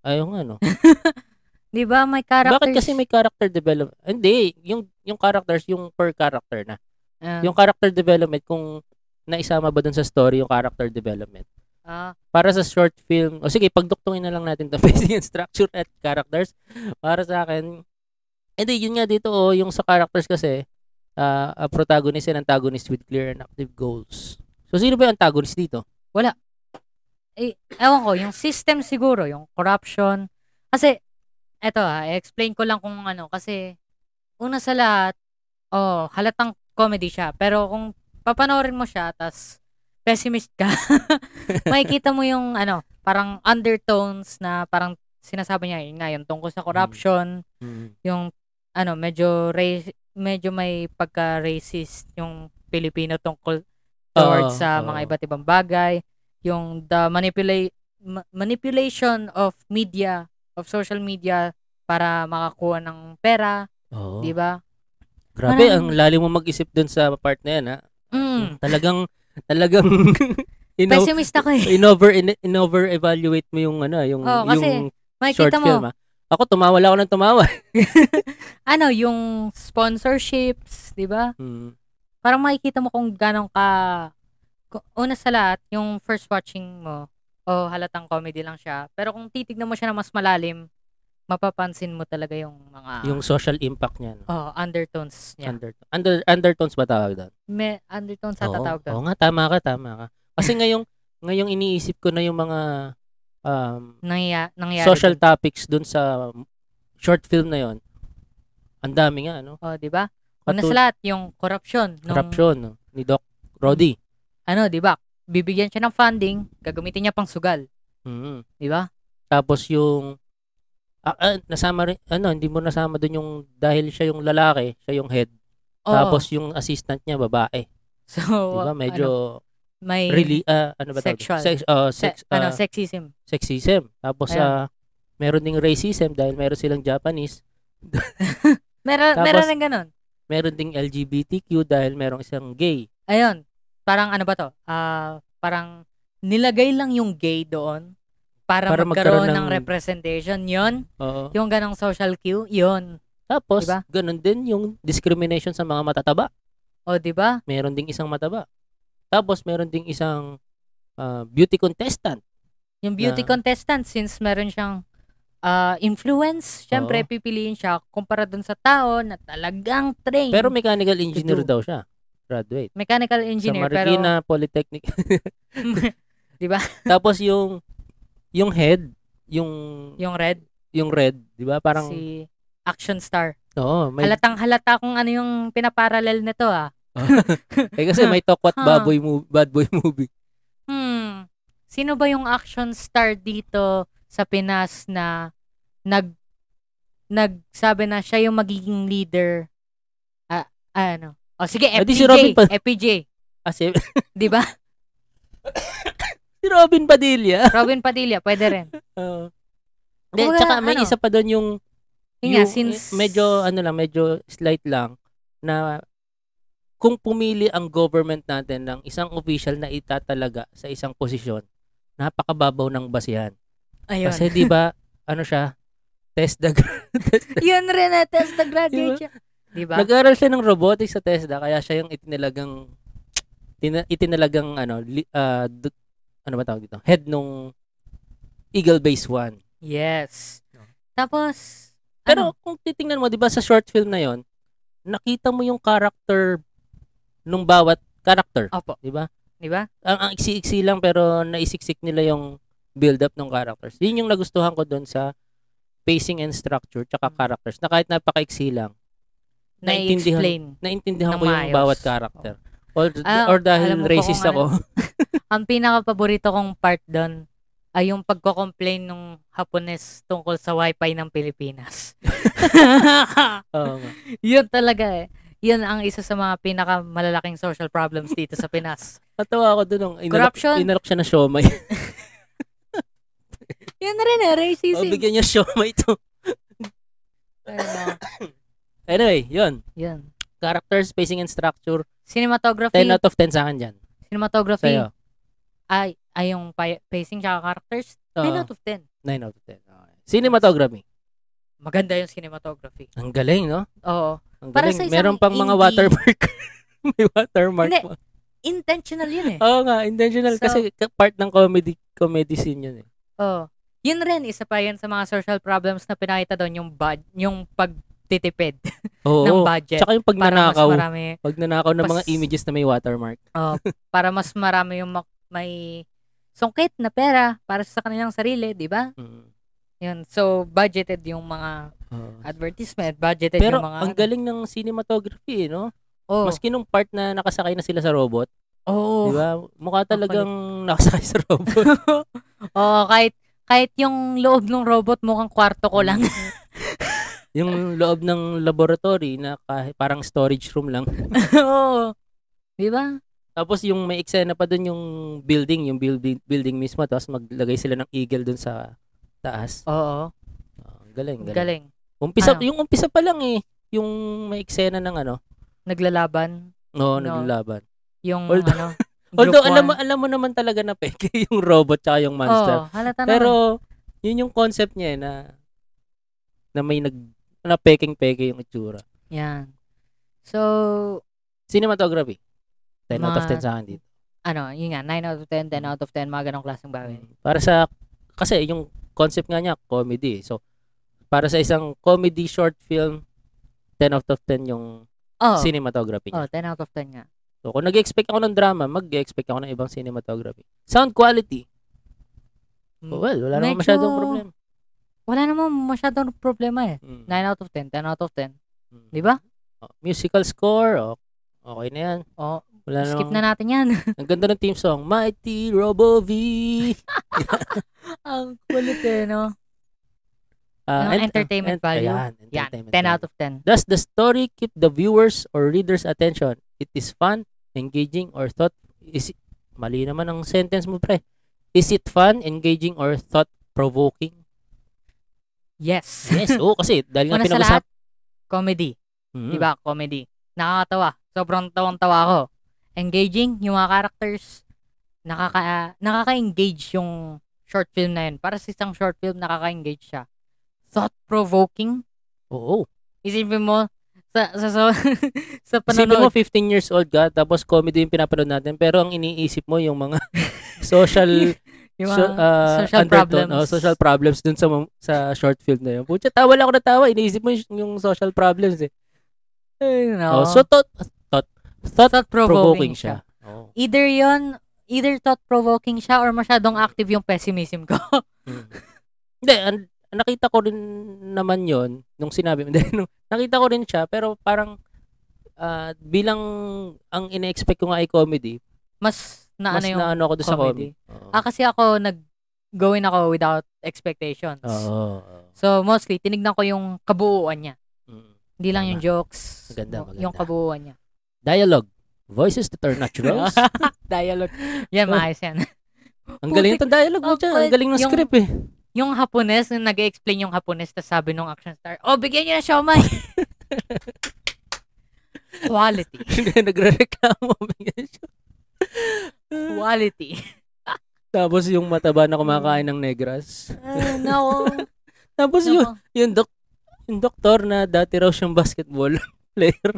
Speaker 2: ayun nga no.
Speaker 1: Di ba? May characters.
Speaker 2: Bakit kasi may character development? Hindi, yung yung characters, yung per character na.
Speaker 1: Ah,
Speaker 2: Yung character development, kung naisama ba dun sa story yung character development.
Speaker 1: ah,
Speaker 2: para sa short film, o sige, pagduktungin na lang natin to pacing and structure at characters. Para sa akin, edi yun nga dito, oh, yung sa characters kasi, ah, a protagonist and antagonist with clear and active goals. So, sino ba yung antagonist dito?
Speaker 1: ewan ko, yung system siguro, yung corruption. Kasi, eto ha, explain ko lang kung ano. Kasi, una sa lahat, oh, halatang comedy siya. Pero kung papanoorin mo siya, tas pessimist ka, makikita mo yung ano, parang undertones na parang sinasabi niya, yun nga, yung tungkol sa corruption, yung ano, medyo race, medyo may pagka-racist yung Pilipino tungkol towards
Speaker 2: Oo,
Speaker 1: sa
Speaker 2: oo.
Speaker 1: mga iba't ibang bagay, yung the manipula- ma- manipulation of media, of social media para makakuha ng pera,
Speaker 2: Oo.
Speaker 1: 'di ba?
Speaker 2: Oh, Grabe,
Speaker 1: Parang-
Speaker 2: ang lalim mo mag-isip dun sa part na yan, ha?
Speaker 1: Mm.
Speaker 2: Talagang, talagang, in
Speaker 1: Pessimist ako eh.
Speaker 2: over in over evaluate mo yung ano yung
Speaker 1: Oo, Oh, kasi
Speaker 2: yung short
Speaker 1: Makikita
Speaker 2: film
Speaker 1: mo,
Speaker 2: ah. Ako tumawa lang ako ng tumawa.
Speaker 1: ano, yung sponsorships, 'di ba?
Speaker 2: Mm.
Speaker 1: Parang makikita mo kung gano'ng ka ku- una sa lahat, yung first watching mo, oh, halatang comedy lang siya. Pero kung titignan mo siya na mas malalim, mapapansin mo talaga yung mga
Speaker 2: Yung social impact niya. no?
Speaker 1: oh, undertones niya.
Speaker 2: Under, under, undertones ba tawag doon?
Speaker 1: May undertones sa tatawag doon.
Speaker 2: Oo nga, tama ka, tama ka. Kasi ngayong, ngayong iniisip ko na yung mga um,
Speaker 1: Nangya- nangyari
Speaker 2: social
Speaker 1: dun.
Speaker 2: topics doon sa short film na yon. Ang dami nga, no?
Speaker 1: Oh, 'di ba? Una sa
Speaker 2: Katul-
Speaker 1: lahat yung corruption. nung-
Speaker 2: corruption no? ni Doc Roddy.
Speaker 1: Ano, 'di ba? Bibigyan siya ng funding, gagamitin niya pang sugal,
Speaker 2: Mhm.
Speaker 1: 'di ba?
Speaker 2: Tapos yung, ah, ah, nasama rin, ano, hindi mo nasama doon yung, dahil siya yung lalaki, siya yung head.
Speaker 1: Oo.
Speaker 2: Tapos yung assistant niya, babae.
Speaker 1: so
Speaker 2: Diba? Medyo,
Speaker 1: ano, may
Speaker 2: really, ah, ano ba tawag?
Speaker 1: sexual.
Speaker 2: Sex, oh,
Speaker 1: se-
Speaker 2: sex,
Speaker 1: ano,
Speaker 2: ah,
Speaker 1: sexism.
Speaker 2: sexism. Tapos
Speaker 1: Ayun.
Speaker 2: ah meron ding racism dahil meron silang Japanese,
Speaker 1: Meron
Speaker 2: tapos-
Speaker 1: meron rin ganun.
Speaker 2: meron ding LGBTQ dahil merong isang gay.
Speaker 1: Ayun. Parang ano ba 'to? Ah, parang nilagay lang yung gay doon para,
Speaker 2: Para
Speaker 1: magkaroon,
Speaker 2: magkaroon
Speaker 1: ng,
Speaker 2: ng-
Speaker 1: representation. 'Yon,
Speaker 2: Oo.
Speaker 1: yung ganong social cue, 'yon.
Speaker 2: Tapos
Speaker 1: Diba?
Speaker 2: ganun din yung discrimination sa mga matataba.
Speaker 1: O, 'di ba?
Speaker 2: Meron ding isang mataba. Tapos meron ding isang ah, beauty contestant.
Speaker 1: Yung beauty
Speaker 2: Na-
Speaker 1: contestant, since meron siyang ah, influence, syempre,
Speaker 2: Oo.
Speaker 1: pipiliin siya kumpara dun sa tao na talagang trained.
Speaker 2: Pero mechanical engineer
Speaker 1: Ito.
Speaker 2: daw siya. Graduate.
Speaker 1: Mechanical
Speaker 2: Sa
Speaker 1: engineer, pero...
Speaker 2: Marikina Polytechnic.
Speaker 1: Di ba?
Speaker 2: Tapos yung yung head, yung
Speaker 1: Yung red,
Speaker 2: yung red, 'di ba? Parang
Speaker 1: si action star.
Speaker 2: oo, may
Speaker 1: Halatang halata kung ano yung pinaparallel nito ah.
Speaker 2: eh, kasi may tokwat
Speaker 1: Ha.
Speaker 2: bad boy movie, bad boy movie.
Speaker 1: Hmm. Sino ba yung action star dito sa Pinas na nag nagsabi na siya yung magiging leader? Ah, ano? O sige,
Speaker 2: Ah,
Speaker 1: FPJ.
Speaker 2: di si Robin pa-
Speaker 1: FPJ.
Speaker 2: Kasi
Speaker 1: Di ba?
Speaker 2: si Robin Padilla.
Speaker 1: Robin Padilla, pwede rin.
Speaker 2: Oo. Hindi,
Speaker 1: Kumbaga,
Speaker 2: tsaka may
Speaker 1: ano?
Speaker 2: isa pa doon yung,
Speaker 1: Yun nga,
Speaker 2: yung-
Speaker 1: since-
Speaker 2: medyo ano lang, medyo slight lang na kung pumili ang government natin ng isang official na itatalaga sa isang posisyon, napakababaw ng basihan.
Speaker 1: Ayun.
Speaker 2: Kasi 'di ba, ano siya, test the
Speaker 1: Yun rin na test na
Speaker 2: Di
Speaker 1: graduate
Speaker 2: ba?
Speaker 1: siya. Di ba?
Speaker 2: Nag-aral siya ng robotics sa TESDA kaya siya yung itinalagang tina, itinalagang ano li, ah, d- ano ba tawag dito? Head nung Eagle Base 1.
Speaker 1: Yes. Tapos,
Speaker 2: Pero
Speaker 1: Ano?
Speaker 2: kung titingnan mo 'di ba sa short film na 'yon, nakita mo yung character nung bawat character,
Speaker 1: ano? Opo,
Speaker 2: 'di ba?
Speaker 1: di ba?
Speaker 2: Ang, ang iksi-iksi lang pero naisiksik nila yung build up ng characters. Yun yung nagustuhan ko doon sa pacing and structure tsaka
Speaker 1: Hmm.
Speaker 2: characters na kahit napakaiksi lang, Naintindihan.
Speaker 1: Na-explain.
Speaker 2: naintindihan
Speaker 1: Ng
Speaker 2: ko yung
Speaker 1: maayos.
Speaker 2: bawat character. Or,
Speaker 1: Ah,
Speaker 2: or dahil
Speaker 1: alam mo ba
Speaker 2: racist
Speaker 1: kung ano-
Speaker 2: ako.
Speaker 1: Ang pinaka-paborito kong part doon ay yung pagko-complain ng Hapones tungkol sa wifi ng Pilipinas.
Speaker 2: Oo nga.
Speaker 1: Yun talaga eh. Yun ang isa sa mga pinaka-malalaking social problems dito sa Pinas.
Speaker 2: Natawa ako doon nung inalok,
Speaker 1: Corruption.
Speaker 2: inalok siya ng siomay.
Speaker 1: Yun rin eh,
Speaker 2: oh,
Speaker 1: racism.
Speaker 2: bigyan niya siomay to.
Speaker 1: Ano,
Speaker 2: Anyway, yun.
Speaker 1: yun.
Speaker 2: Character, spacing, and structure.
Speaker 1: Cinematography.
Speaker 2: 10 out of 10 sa akin dyan.
Speaker 1: cinematography
Speaker 2: Sa'yo.
Speaker 1: ay, ay yung pa- pacing tsaka characters. 9
Speaker 2: Oo,
Speaker 1: out of 10.
Speaker 2: 9 out of 10. Okay. Cinematography.
Speaker 1: Maganda yung cinematography.
Speaker 2: Ang galing, no?
Speaker 1: Oo.
Speaker 2: Ang
Speaker 1: Para
Speaker 2: galing.
Speaker 1: sa isang
Speaker 2: Meron pang mga
Speaker 1: indie-
Speaker 2: watermark. May watermark.
Speaker 1: Hindi.
Speaker 2: pa.
Speaker 1: Intentional yun eh.
Speaker 2: Oo nga, intentional.
Speaker 1: So-
Speaker 2: kasi ka- part ng comedy comedy scene yun eh.
Speaker 1: Oo. Oh. Yun rin, isa pa yun sa mga social problems na pinakita doon, yung, bud- yung pagtitipid ng
Speaker 2: Oo.
Speaker 1: budget.
Speaker 2: Tsaka yung pag
Speaker 1: para mas
Speaker 2: nanakaw.
Speaker 1: marami,
Speaker 2: Pag nanakaw ng mga
Speaker 1: Pas-
Speaker 2: images na may watermark.
Speaker 1: oh, para mas marami yung mak- may sungkit na pera para sa kanilang sarili, di ba?
Speaker 2: Mm.
Speaker 1: Yun. So, budgeted yung mga
Speaker 2: Oo.
Speaker 1: advertisement, budgeted
Speaker 2: Pero
Speaker 1: yung mga... ano.
Speaker 2: ang galing ng cinematography, eh, no?
Speaker 1: oh,
Speaker 2: Maski nung part na nakasakay na sila sa robot,
Speaker 1: oh.
Speaker 2: di ba? Mukha talagang nakasakay sa robot.
Speaker 1: Oo, oh, kahit kahit yung loob ng robot mukhang kwarto ko
Speaker 2: Mm.
Speaker 1: lang.
Speaker 2: yung loob ng laboratory na kah- parang storage room lang.
Speaker 1: Oo. Di ba?
Speaker 2: Tapos yung may eksena pa doon yung building, yung building building mismo tapos maglagay sila ng eagle doon sa taas.
Speaker 1: Oo.
Speaker 2: Oh, ang galing,
Speaker 1: Ang galing.
Speaker 2: galing. Umpisa
Speaker 1: Ano?
Speaker 2: yung umpisa pa lang eh, yung may eksena ng ano,
Speaker 1: Naglalaban No.
Speaker 2: no, naglalaban.
Speaker 1: yung
Speaker 2: Although-
Speaker 1: ano. group
Speaker 2: Although alam mo
Speaker 1: one.
Speaker 2: alam mo naman talaga na peke yung robot tsaka yung monster.
Speaker 1: Oo, halata
Speaker 2: Pero
Speaker 1: naman.
Speaker 2: yun yung concept niya eh, na na may nag na peking-peke yung itsura.
Speaker 1: Yan. So,
Speaker 2: Cinematography. 10 out of
Speaker 1: Ma-
Speaker 2: 10 sa akin dito.
Speaker 1: ano, yun nga, 9 out of 10, 10 out of 10, mga ganong klaseng bagay.
Speaker 2: Para sa kasi yung concept nga niya comedy. eh. So para sa isang comedy short film 10 out of 10 yung
Speaker 1: Oh,
Speaker 2: cinematography
Speaker 1: oh,
Speaker 2: niya.
Speaker 1: 10 out of 10 nga.
Speaker 2: So kung nag-expect ako ng drama, mag-expect ako ng ibang cinematography. Sound quality.
Speaker 1: Mm,
Speaker 2: Well, wala namang
Speaker 1: Medyo-
Speaker 2: masyadong problema.
Speaker 1: Wala naman masyadong problema eh.
Speaker 2: Mm.
Speaker 1: 9 out of 10, 10 out of 10.
Speaker 2: Mm.
Speaker 1: Di ba?
Speaker 2: Oh, musical score, oh, okay na yan.
Speaker 1: Oh,
Speaker 2: Wala
Speaker 1: skip
Speaker 2: namang-
Speaker 1: na natin yan.
Speaker 2: Ang ganda ng team song, Mighty Robo V.
Speaker 1: Ang kulit eh, no?
Speaker 2: Ah,
Speaker 1: Ng entertainment
Speaker 2: ah,
Speaker 1: value.
Speaker 2: ayan,
Speaker 1: Yan,
Speaker 2: entertainment
Speaker 1: 10 out
Speaker 2: value.
Speaker 1: of 10.
Speaker 2: Does the story keep the viewers or readers' attention? It is fun, engaging, or thought... Is it, mali naman ang sentence mo, pre. Is it fun, engaging, or thought-provoking?
Speaker 1: Yes.
Speaker 2: Yes, oo, kasi dahil nga
Speaker 1: Una sa
Speaker 2: pinag-usap...
Speaker 1: lahat, comedy.
Speaker 2: Mm.
Speaker 1: Diba? Comedy. Nakakatawa. Sobrang tawang-tawa ako. Engaging yung mga characters. Nakaka, nakaka-engage yung short film na yun. Para sa isang short film, nakaka-engage siya. Thought-provoking.
Speaker 2: Oo.
Speaker 1: Isipin mo, sa, sa, sa, sa
Speaker 2: Isipin mo,
Speaker 1: panonood.
Speaker 2: 15 years old ka, tapos comedy yung pinapanood natin, pero ang iniisip mo, yung mga social
Speaker 1: yung
Speaker 2: so,
Speaker 1: mga-
Speaker 2: ah,
Speaker 1: social
Speaker 2: undertone,
Speaker 1: problems.
Speaker 2: oh, social problems dun sa mam- sa short film na yun. Putya, tawa lang ako na tawa. Iniisip mo yung, yung social problems eh.
Speaker 1: Ay, no.
Speaker 2: Oh, so, thought, thought,
Speaker 1: Thought-provoking
Speaker 2: Thought-provoking siya. Oh.
Speaker 1: Either yon either thought-provoking siya or masyadong active yung pessimism ko.
Speaker 2: Hindi, an- nakita ko rin naman yon nung sinabi mo. Hindi, nung- nakita ko rin siya, pero parang ah, bilang ang ina-expect ko nga ay comedy,
Speaker 1: Mas na ano
Speaker 2: mas
Speaker 1: yung...
Speaker 2: naano ako doon sa
Speaker 1: comedy.
Speaker 2: comedy. Oo.
Speaker 1: ah, kasi ako nag going ako without expectations.
Speaker 2: Oo.
Speaker 1: So, mostly, tinignan ko yung kabuuan niya.
Speaker 2: Mm.
Speaker 1: Hindi lang yung
Speaker 2: Tama.
Speaker 1: jokes.
Speaker 2: Maganda,
Speaker 1: yung- Yung
Speaker 2: maganda.
Speaker 1: kabuuan niya.
Speaker 2: Dialogue. Voices that are naturals.
Speaker 1: Dialogue. Yan,
Speaker 2: Oh.
Speaker 1: maayos yan.
Speaker 2: ang galing itong dialogue mo
Speaker 1: Oh,
Speaker 2: dyan. Ang
Speaker 1: but
Speaker 2: galing ng
Speaker 1: yung-
Speaker 2: script eh.
Speaker 1: yung Hapones, nung nag-explain yung Hapones, tapos sabi nung action star, oh, bigyan niyo na siomay. Quality.
Speaker 2: Nagre-reklamo. bigyan siya.
Speaker 1: Quality.
Speaker 2: Tapos yung mataba na kumakain ng negras.
Speaker 1: Ah, no.
Speaker 2: Tapos yun, yung, dok yung doktor na dati raw siyang basketball player.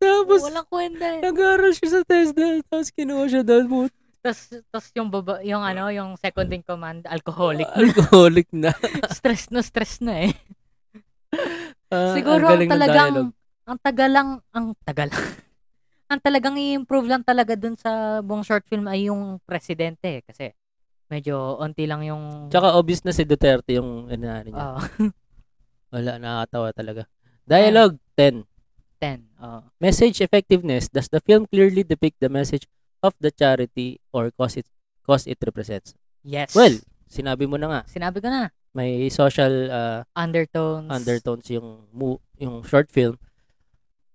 Speaker 2: Tapos,
Speaker 1: Walang kwenta eh.
Speaker 2: nag-aaral siya sa TESDA. Tapos kinuha siya doon mo.
Speaker 1: Tapos, tapos yung, baba, yung ano, yung second in command, alcoholic.
Speaker 2: Alcoholic na.
Speaker 1: stress na, stress na eh.
Speaker 2: Ah,
Speaker 1: Siguro ang,
Speaker 2: ang galing ng
Speaker 1: talagang,
Speaker 2: dialogue.
Speaker 1: ang tagal lang, ang tagal ang talagang i-improve lang talaga dun sa buong short film ay yung presidente eh, kasi medyo onti lang yung oh,
Speaker 2: Tsaka obvious na si Duterte yung inaano niya.
Speaker 1: Oo,
Speaker 2: Wala, nakakatawa talaga. Dialogue 10.
Speaker 1: 10. Oo.
Speaker 2: Message effectiveness. Does the film clearly depict the message of the charity or cause it, cause it represents?
Speaker 1: Yes.
Speaker 2: Well, sinabi mo na nga,
Speaker 1: sinabi ko na,
Speaker 2: may social ah,
Speaker 1: undertones.
Speaker 2: undertones yung mu- yung short film.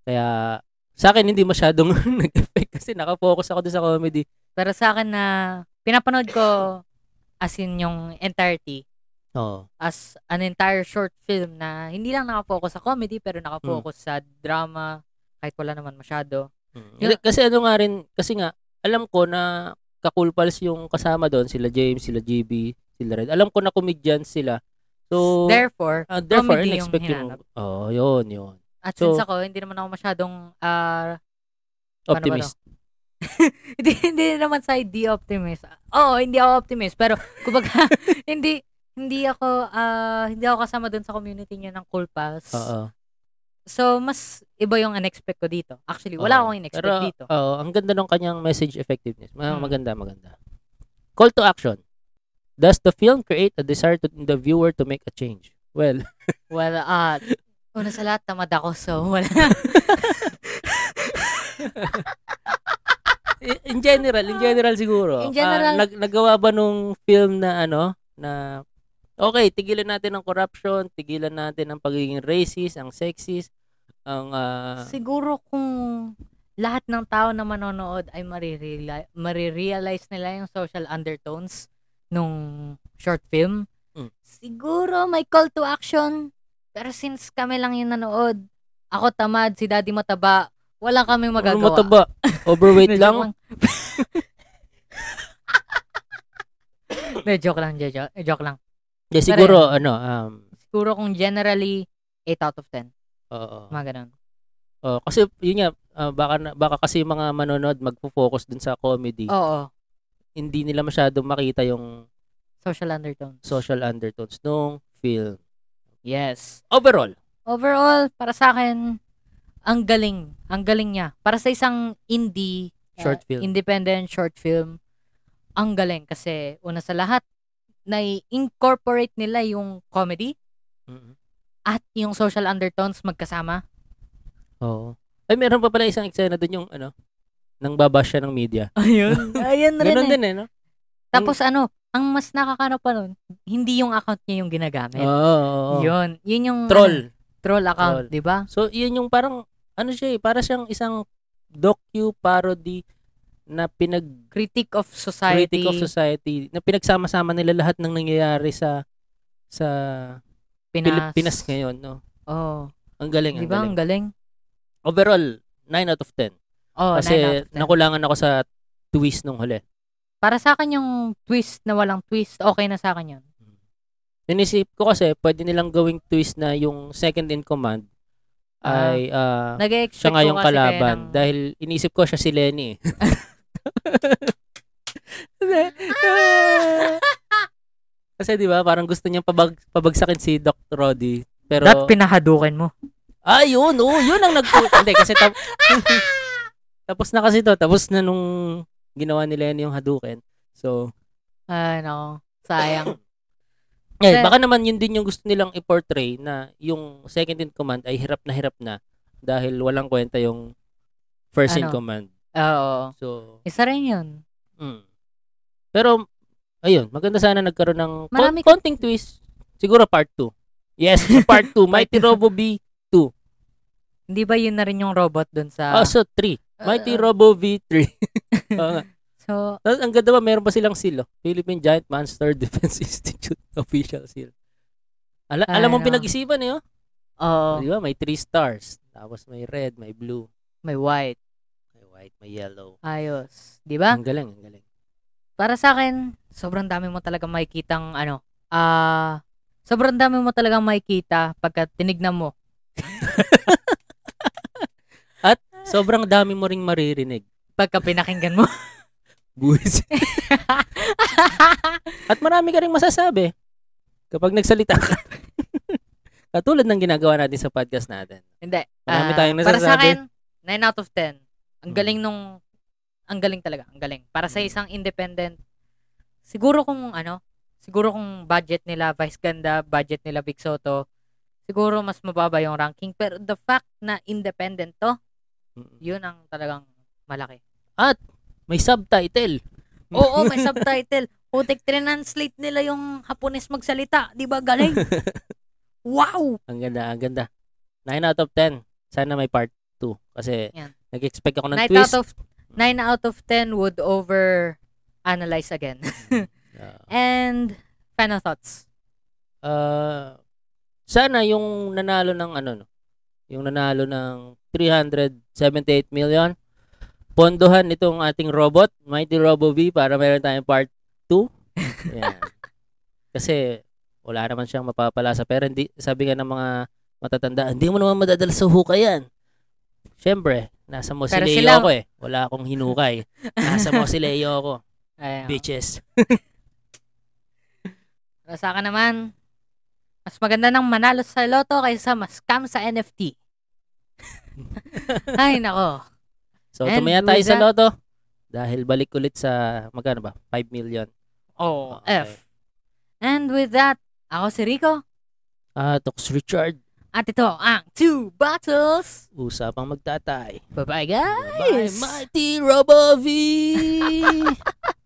Speaker 2: Kaya sa akin hindi masyadong nag-effect kasi nakafocus ako dun sa comedy.
Speaker 1: Pero sa akin na pinapanood ko as in yung entirety
Speaker 2: Oo.
Speaker 1: as an entire short film na hindi lang nakafocus sa comedy pero nakafocus
Speaker 2: Hmm.
Speaker 1: sa drama kahit wala naman masyado.
Speaker 2: Kasi- Kasi ano nga rin, kasi nga alam ko na kakulpals yung kasama doon, sila James, sila GB, sila Red. Alam ko na comedians sila. So
Speaker 1: Therefore,
Speaker 2: ah, therefore
Speaker 1: comedy yung
Speaker 2: unexpected yung
Speaker 1: hinanap.
Speaker 2: Oh, yun, yun.
Speaker 1: at
Speaker 2: So-
Speaker 1: since ako, hindi naman ako masyadong ah, Paano ba
Speaker 2: Optimist.
Speaker 1: hindi, hindi naman sa hindi optimist. Oo, hindi ako optimist. Pero, kumbaga, hindi, hindi ako, ah, hindi ako kasama dun sa community niya ng Cool Pals.
Speaker 2: Oo.
Speaker 1: So, mas iba yung unexpect ko dito. Actually, wala
Speaker 2: Oo.
Speaker 1: akong in-expect
Speaker 2: Pero,
Speaker 1: dito.
Speaker 2: oo, ang ganda ng kanyang message effectiveness. Ma-
Speaker 1: Mm.
Speaker 2: Maganda, maganda. Call to action. Does the film create a desire to in the viewer to make a change? Well,
Speaker 1: Well, ah, una sa lahat, tamad ako. So, wala.
Speaker 2: i- in general, in general siguro.
Speaker 1: In general.
Speaker 2: ah, nag- nagawa ba nung film na ano, na okay, tigilan natin ang corruption, tigilan natin ang pagiging racist, ang sexist, ang ah,
Speaker 1: Siguro kung lahat ng tao na manonood ay marireali- marirealize nila yung social undertones nung short film,
Speaker 2: Mm.
Speaker 1: siguro may call to action. Pero since kami lang yung nanood, ako tamad, si daddy mataba, wala kaming
Speaker 2: ano
Speaker 1: magagawa.
Speaker 2: mataba, overweight lang.
Speaker 1: De, joke lang, de, joke, joke lang. Pero
Speaker 2: Yeah, siguro, ano, um,
Speaker 1: Siguro kung generally, 8 out of 10.
Speaker 2: oo.
Speaker 1: Mga ganun.
Speaker 2: Oo, kasi yun nga, ah, baka, na- baka kasi yung mga manonood magpo-focus dun sa comedy.
Speaker 1: Oo.
Speaker 2: hindi nila masyadong makita yung
Speaker 1: Social undertones.
Speaker 2: social undertones nung film.
Speaker 1: Yes.
Speaker 2: Overall,
Speaker 1: Overall, para sa akin, ang galing. Ang galing niya. Para sa isang indie,
Speaker 2: short film.
Speaker 1: independent short film, ang galing. Kasi una sa lahat, nai-incorporate nila yung comedy
Speaker 2: Mhm.
Speaker 1: at yung social undertones magkasama.
Speaker 2: Oo. Ay, meron pa pala isang eksena doon yung ano, nang babash siya ng media.
Speaker 1: Ayun. Ayun rin
Speaker 2: Ganon
Speaker 1: eh.
Speaker 2: din eh, no?
Speaker 1: Tapos ano, ang mas nakakano pa nun, hindi yung account niya yung ginagamit.
Speaker 2: Oo, oo, oo.
Speaker 1: Yun. Yun yung
Speaker 2: Troll.
Speaker 1: ano, troll account,
Speaker 2: Troll.
Speaker 1: di ba?
Speaker 2: So, yun yung parang, ano siya eh, para siyang isang docu-parody na pinag
Speaker 1: Critic of society.
Speaker 2: critic of society na pinagsama-sama nila lahat ng nangyayari sa sa
Speaker 1: Pinas.
Speaker 2: Pilipinas ngayon, no?
Speaker 1: Oh.
Speaker 2: Ang galing,
Speaker 1: Di
Speaker 2: ang
Speaker 1: ba?
Speaker 2: galing.
Speaker 1: Ang galing.
Speaker 2: Overall, 9 out of 10.
Speaker 1: Oh, nine out
Speaker 2: Kasi
Speaker 1: of ten.
Speaker 2: nakulangan ako sa twist nung huli.
Speaker 1: Para sa akin yung twist na walang twist, okay na sa akin yun.
Speaker 2: Inisip ko kasi pwede nilang gawing twist na yung second in command
Speaker 1: Ah.
Speaker 2: ay ah,
Speaker 1: Nag-expect
Speaker 2: siya nga
Speaker 1: ko
Speaker 2: yung
Speaker 1: kasi kaya
Speaker 2: kalaban.
Speaker 1: ng-
Speaker 2: Dahil inisip ko siya si Lenny. eh. kasi di ba parang gusto niyang pabag- pabagsakin si Dr. Roddy. Pero
Speaker 1: Dapat pinahadukin mo.
Speaker 2: Ah, yun. Oo, yun ang nag... Hindi, kasi tap- tapos na kasi to. Tapos na nung ginawa nila yun yung Hadouken. So,
Speaker 1: Ay, nako. Sayang. Sir.
Speaker 2: eh, baka naman yun din yung gusto nilang i-portray na yung second in command ay hirap na hirap na dahil walang kwenta yung first in
Speaker 1: Ano?
Speaker 2: command.
Speaker 1: Oo.
Speaker 2: So,
Speaker 1: Isa rin yun.
Speaker 2: mm. Pero, ayun, maganda sana nagkaroon ng kon-
Speaker 1: Marami ka-
Speaker 2: konting twist. Siguro part 2. Yes, part 2. Mighty Robo B.
Speaker 1: Hindi ba yun na rin yung robot dun sa...
Speaker 2: Also, 3. Ah, Mighty
Speaker 1: Uh,
Speaker 2: Robo V3. Oo nga.
Speaker 1: So,
Speaker 2: Tapos ang ganda pa, meron pa silang seal, oh. Philippine Giant Monster Defense Institute official seal. Ala,
Speaker 1: Ay,
Speaker 2: alam mo
Speaker 1: no.
Speaker 2: pinag-isipan eh, oh.
Speaker 1: oo.
Speaker 2: Di ba? May three stars. Tapos may red, may blue,
Speaker 1: May white.
Speaker 2: may white, may yellow.
Speaker 1: Ayos. Di ba?
Speaker 2: Ang galing, ang galing.
Speaker 1: Para sa akin, sobrang dami mo talaga makikitang ano, ah, sobrang dami mo talaga makikita pagka tinignan mo.
Speaker 2: Sobrang dami mo ring maririnig.
Speaker 1: Pagka pinakinggan mo.
Speaker 2: Buwis. At marami ka rin masasabi kapag nagsalita ka. Katulad ng ginagawa natin sa podcast natin.
Speaker 1: Hindi.
Speaker 2: Marami
Speaker 1: Ah,
Speaker 2: tayong
Speaker 1: Para sa
Speaker 2: nasasabi.
Speaker 1: akin, 9 out of 10. Ang
Speaker 2: Mm.
Speaker 1: galing nung, ang galing talaga, ang galing. Para sa
Speaker 2: Mm.
Speaker 1: isang independent, siguro kung ano, siguro kung budget nila, Vice Ganda, budget nila, Big Soto, siguro mas mababa yung ranking. Pero the fact na independent to,
Speaker 2: Mm.
Speaker 1: yun ang talagang malaki.
Speaker 2: May subtitle.
Speaker 1: Oo, may subtitle. Putik, translate nila yung Hapones magsalita. Di ba? Galing. Wow!
Speaker 2: Ang ganda, ang ganda. 9 out of 10. Sana may part 2. Kasi
Speaker 1: Yan.
Speaker 2: nag-expect ako ng
Speaker 1: 9
Speaker 2: twist.
Speaker 1: out of 9 out of 10 would over analyze again.
Speaker 2: Ah,
Speaker 1: And final thoughts.
Speaker 2: ah, sana yung nanalo ng ano, no? yung nanalo ng 378 million, pondohan itong ating robot, Mighty Robo V, para meron tayong part 2. Yan. Kasi wala naman siyang mapapala sa pera. Hindi, sabi nga ng mga matatanda, hindi mo naman madadala sa hukay yan. Siyempre, nasa Mosileo
Speaker 1: sila-
Speaker 2: ako eh. Wala akong hinukay. Nasa Mosileo ako.
Speaker 1: Ayan.
Speaker 2: Bitches.
Speaker 1: Para Sa akin naman, mas maganda ng manalo sa loto kaysa mascam sa NFT. Ay, nako.
Speaker 2: So,
Speaker 1: And
Speaker 2: tumaya tayo
Speaker 1: with
Speaker 2: sa
Speaker 1: that-
Speaker 2: loto. Dahil balik ulit sa, magkano ba? 5 million.
Speaker 1: Oh,
Speaker 2: Okay.
Speaker 1: F. And with that, ako si Rico.
Speaker 2: Ah, Tox Richard.
Speaker 1: At ito ang Two Bottles.
Speaker 2: Usapang magtatay.
Speaker 1: Bye-bye, guys!
Speaker 2: Bye, Mighty Robo V!